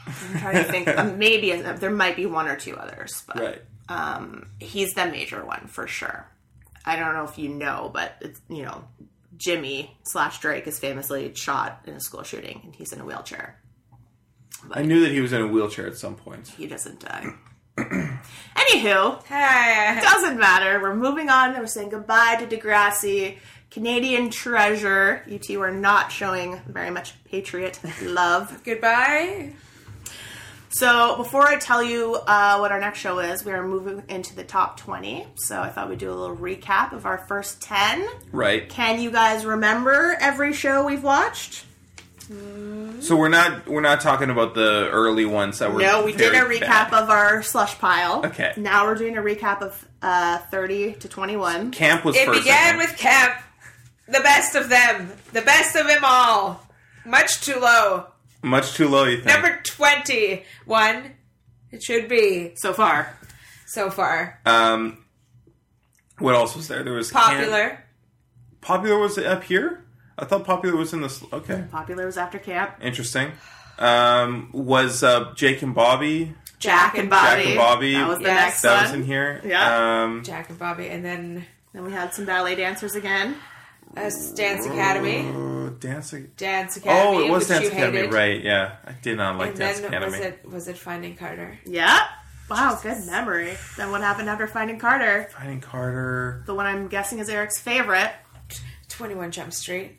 D: I'm trying to think. um, Maybe there might be one or two others, but
E: Right.
D: um, he's the major one for sure. I don't know if you know, but it's, you know, Jimmy slash Drake is famously shot in a school shooting, and he's in a wheelchair.
E: I knew that he was in a wheelchair at some point.
D: He doesn't die. Anywho, doesn't matter. We're moving on. We're saying goodbye to Degrassi, Canadian treasure. You two are not showing very much patriot love.
A: goodbye.
D: So before I tell you uh, what our next show is, we are moving into the top twenty. So I thought we'd do a little recap of our first ten.
E: Right.
D: Can you guys remember every show we've watched?
E: So we're not we're not talking about the early ones that were.
D: No, we did a
E: very
D: recap
E: bad.
D: of our slush pile.
E: Okay.
D: Now we're doing a recap of uh, 30 to 21.
E: Camp was
A: it
E: first. I
A: began
E: think.
A: with Camp, the best of them, the best of them all. Much too low.
E: much too low. You think?
A: Number twenty-one. It should be
D: so far.
A: So far,
E: um, what else was there? There was Camp-
A: popular.
E: Popular was up here. I thought popular was in this. Okay,
D: Popular was after camp.
E: interesting. Um, was uh, Jake and Bobby?
D: Jack and Bobby.
E: Jack and Bobby.
D: That was the
A: Yes.
D: next
E: That
D: one.
E: was in here.
D: Yeah.
E: Um,
A: Jack and Bobby, and then
D: Then we had some ballet dancers again.
A: uh, Dance Academy.
E: uh, dancing.
A: Dance Academy.
E: Oh, it was
A: which
E: Dance
A: you
E: Academy,
A: hated.
E: right? Yeah, I did not like
A: and
E: Dance
A: then
E: Academy.
A: was it was it Finding Carter?
D: Yeah. Wow, good memory. Then what happened after Finding Carter?
E: Finding Carter.
D: The one I'm guessing is Eric's favorite.
A: Twenty One Jump Street.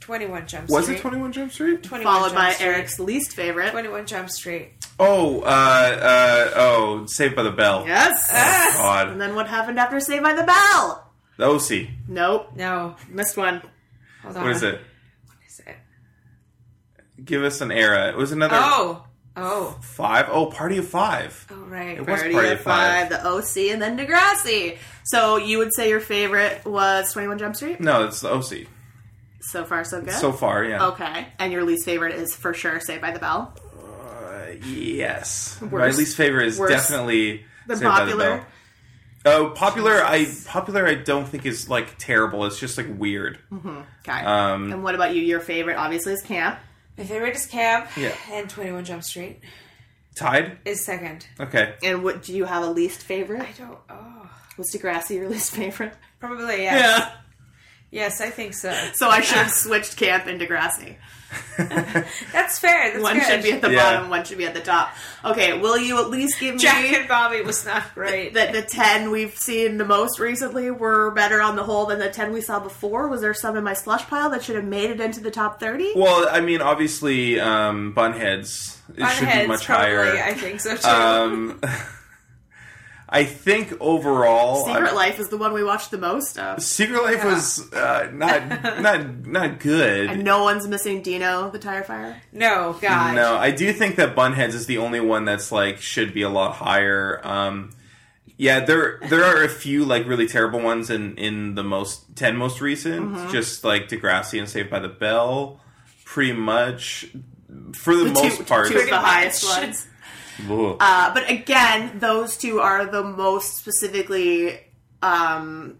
A: Twenty One Jump
E: Was
A: Street.
E: it Twenty One Jump Street?
A: 21
D: Followed
A: Jump
D: by
A: Street.
D: Eric's least favorite.
A: Twenty One Jump Street.
E: Oh, uh, uh, oh, Saved by the Bell.
D: Yes.
E: Oh,
D: And
E: God,
D: then what happened after Saved by the Bell?
E: the OC.
D: Nope.
A: No,
D: Missed one.
A: hold on.
E: What is it?
A: Is it-
E: Give us an era. It was another
A: Oh, oh,
E: five. Oh, Party of Five.
A: oh, right.
E: It was
D: Party
E: Party
D: of
E: of Five.
D: Five, the OC, and then Degrassi. So you would say your favorite was 21 Jump Street?
E: No, it's the OC.
D: So far, so good?
E: So far, yeah.
D: Okay. And your least favorite is for sure Saved by the Bell?
E: Uh, yes. My
D: Worse.
E: least favorite is
D: Worse.
E: definitely
D: The
E: Saved by
D: popular?
E: Bell. Oh, popular! I popular. I don't think is like terrible. It's just like weird.
D: Mm. Okay.
E: Um,
D: and what about you? Your favorite, obviously, is Camp.
A: My favorite is Camp.
E: Yeah.
A: And Twenty One Jump Street
E: Tied.
A: is second.
E: Okay.
D: And what do you have a least favorite?
A: I don't. Oh,
D: Was Degrassi your least favorite?
A: probably yes. Yes, I think so.
D: So I should have switched Camp and Degrassi.
A: That's fair. That's
D: One
A: good.
D: should be at the
E: Yeah.
D: bottom, one should be at the top. Okay, will you at least give me
A: Jack and Bobby was not great.
D: that the 10 we've seen the most recently were better on the whole than the 10 we saw before? Was there some in my slush pile that should have made it into the top 30?
E: Well, I mean, obviously, um, Bunheads. It should be
A: Bunheads,
E: much
A: probably,
E: higher.
A: I think so too.
E: Um, I think overall,
D: Secret
E: I'm-
D: Life is the one we watched the most of.
E: Secret Life was uh, not not not good.
D: And no one's missing Dino, the tire fire.
A: no, God.
E: No, I do think that Bunheads is the only one that's like should be a lot higher. Um, yeah, there there are a few like really terrible ones in in the most ten most recent,
D: Mm-hmm.
E: just like Degrassi and Saved by the Bell, pretty much for the,
D: The
E: most
D: two,
E: part.
D: two of the highest ones.
E: Ugh.
D: Uh, but again, those two are the most specifically um,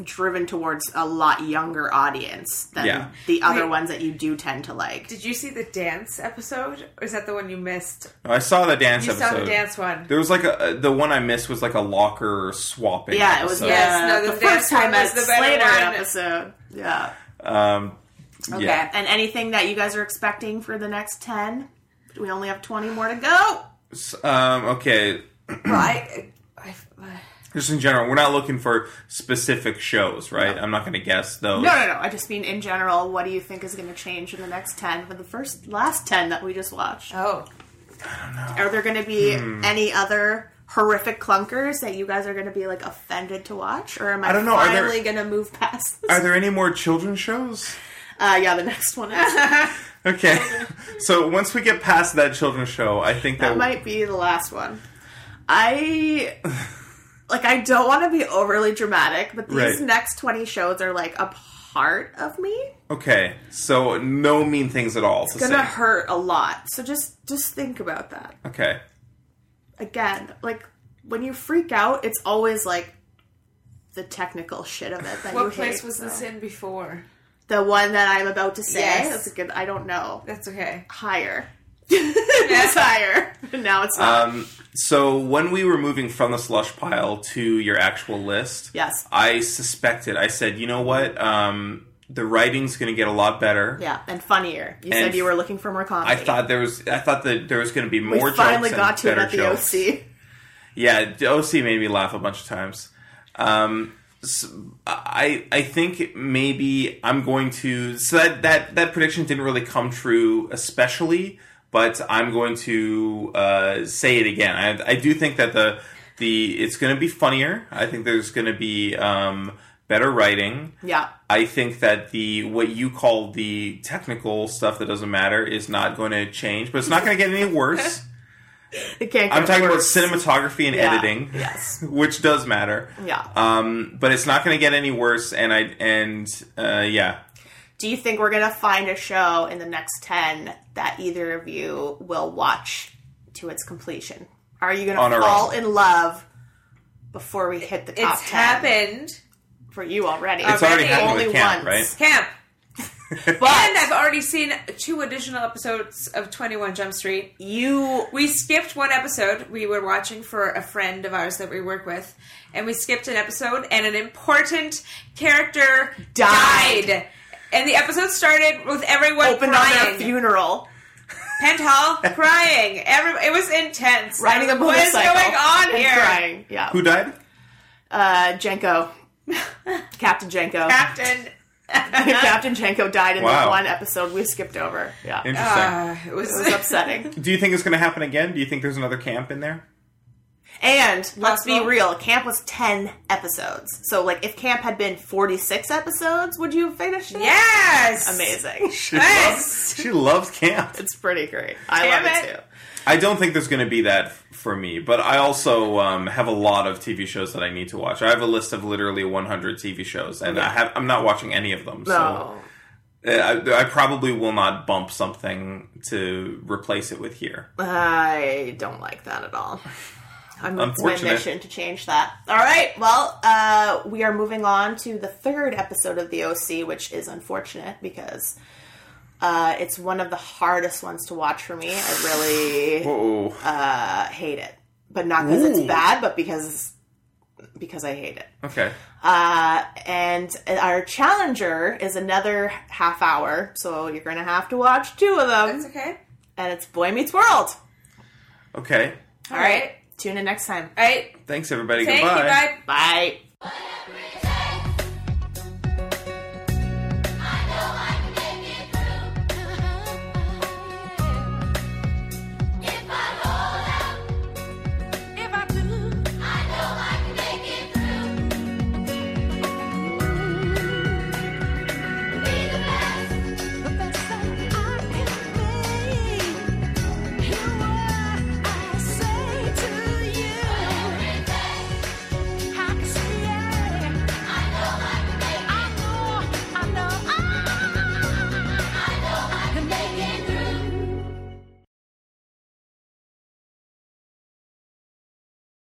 D: driven towards a lot younger audience than
E: Yeah.
D: the other
A: Wait.
D: ones that you do tend to like.
A: Did you see the dance episode? Or is that the one you missed?
E: I saw the dance
A: You
E: episode.
A: saw the dance one.
E: There was like a the one I missed was like a locker swapping.
D: yeah, it was
E: episode.
D: the,
A: Yes, no,
D: the
A: the
D: first
A: next
D: time
A: one was
D: as
A: the better
D: Slater
A: one.
D: episode. Yeah.
E: Um,
D: Okay.
E: yeah.
D: And anything that you guys are expecting for the next 10? We only have 20 more to go.
E: S- Um, okay.
A: I, I, I,
E: Just in general, we're not looking for specific shows, right? I'm not going to guess those.
D: No, no, no. I just mean in general, what do you think is going to change in the next 10 for the first last 10 that we just watched?
A: oh.
D: Are there going to be
E: Hmm.
D: any other horrific clunkers that you guys are going to be like offended to watch or am I,
E: I don't know, are there-
D: finally going to move past this?
E: Are there any more children's shows?
D: Uh, yeah, the next one. Is,
E: Okay. so once we get past that children's show, I think that,
D: that might be the last one. I like. I don't want to be overly dramatic, but these
E: Right.
D: next twenty shows are like a part of me.
E: Okay. So no mean things at all.
D: It's
E: to
D: gonna
E: say.
D: hurt a lot. So just just think about that.
E: Okay.
D: again, like when you freak out, it's always like the technical shit of it that you
A: What
D: hate,
A: place was
D: so.
A: this in before?
D: The one that I'm about to say.
A: Yes.
D: That's a good. I don't know.
A: That's okay.
D: Higher. it's higher. Now it's not.
E: Um, so when we were moving from the slush pile to your actual list,
D: yes.
E: I suspected. I said, you know what? Um, the writing's going to get a lot better.
D: Yeah, and funnier. You
E: And
D: said you were looking for more comedy.
E: I thought there was. I thought that there was going to be
D: we
E: more.
D: finally
E: jokes and
D: got to it
E: better
D: at the
E: jokes.
D: OC.
E: Yeah, the OC made me laugh a bunch of times. Um, s I I I think maybe I'm going to so that that that prediction didn't really come true, especially. But I'm going to uh, say it again. I, I do think that the the it's going to be funnier. I think there's going to be um, better writing.
D: Yeah.
E: I think that the what you call the technical stuff that doesn't matter is not going to change, but it's not going to get any worse.
D: It can't.
E: I'm
D: get
E: talking
D: worse.
E: about cinematography and
D: Yeah,
E: editing,
D: yes.
E: which does matter.
D: Yeah.
E: Um, but it's not going to get any worse, and I and uh, yeah,
D: Do you think we're gonna find a show in the next ten that either of you will watch to its completion? Are you
E: On
D: gonna
E: our
D: fall
E: own.
D: in love before we hit the top
A: It's
D: 10?
A: happened.
D: for you already.
E: It's already happened with
D: only
E: Camp,
D: once.
E: right?
A: Camp. and I've already seen two additional episodes of 21 Jump Street.
D: You.
A: We skipped one episode. We were watching for a friend of ours that we work with, and we skipped an episode, and an important character
D: Died.
A: died. And the episode started with everyone
D: Opened on
A: crying.
D: their funeral.
A: Pent Hall crying. Every, it was intense.
D: Riding a
A: What is
D: motorcycle.
A: going on
D: and
A: here?
D: Crying. Yeah.
E: who died?
D: Uh, Jenko. Captain Jenko.
A: Captain.
D: Captain Jenko died in
E: Wow.
D: the one episode we skipped over. Yeah. It
E: Interesting.
A: it was,
D: was upsetting.
E: Do you think it's going to happen again? Do you think there's another camp in there?
D: And let's be
A: Possible.
D: real, camp was 10 episodes. So, like, if camp had been 46 episodes, would you have finished it?
A: Yes.
D: Amazing.
E: She
A: Yes.
E: loves, she loves camp.
D: It's pretty great. I
A: Damn
D: love it,
A: it.
D: too.
E: I don't think there's going to be that f- for me, but I also um, have a lot of TV shows that I need to watch. I have a list of literally 100 TV shows, and I have I'm not watching any of them. So
D: No.
E: uh, I, I probably will not bump something to replace it with here.
D: I don't like that at all. I'm, it's my
E: Unfortunate.
D: mission to change that. All right. Well, uh, we are moving on to the third episode of the OC, which is unfortunate because uh, it's one of the hardest ones to watch for me. I really
E: Whoa.
D: uh, hate it, but not because it's
E: Ooh.
D: bad, but because because I hate it.
E: Okay.
D: Uh, and our challenger is another half hour, so you're going to have to watch two of them,
A: That's okay.
D: and it's Boy Meets World.
E: Okay.
D: All right. Tune in next time.
A: All right.
E: Thanks, everybody.
A: Thank you.
E: Goodbye.
A: Bye.
D: Bye.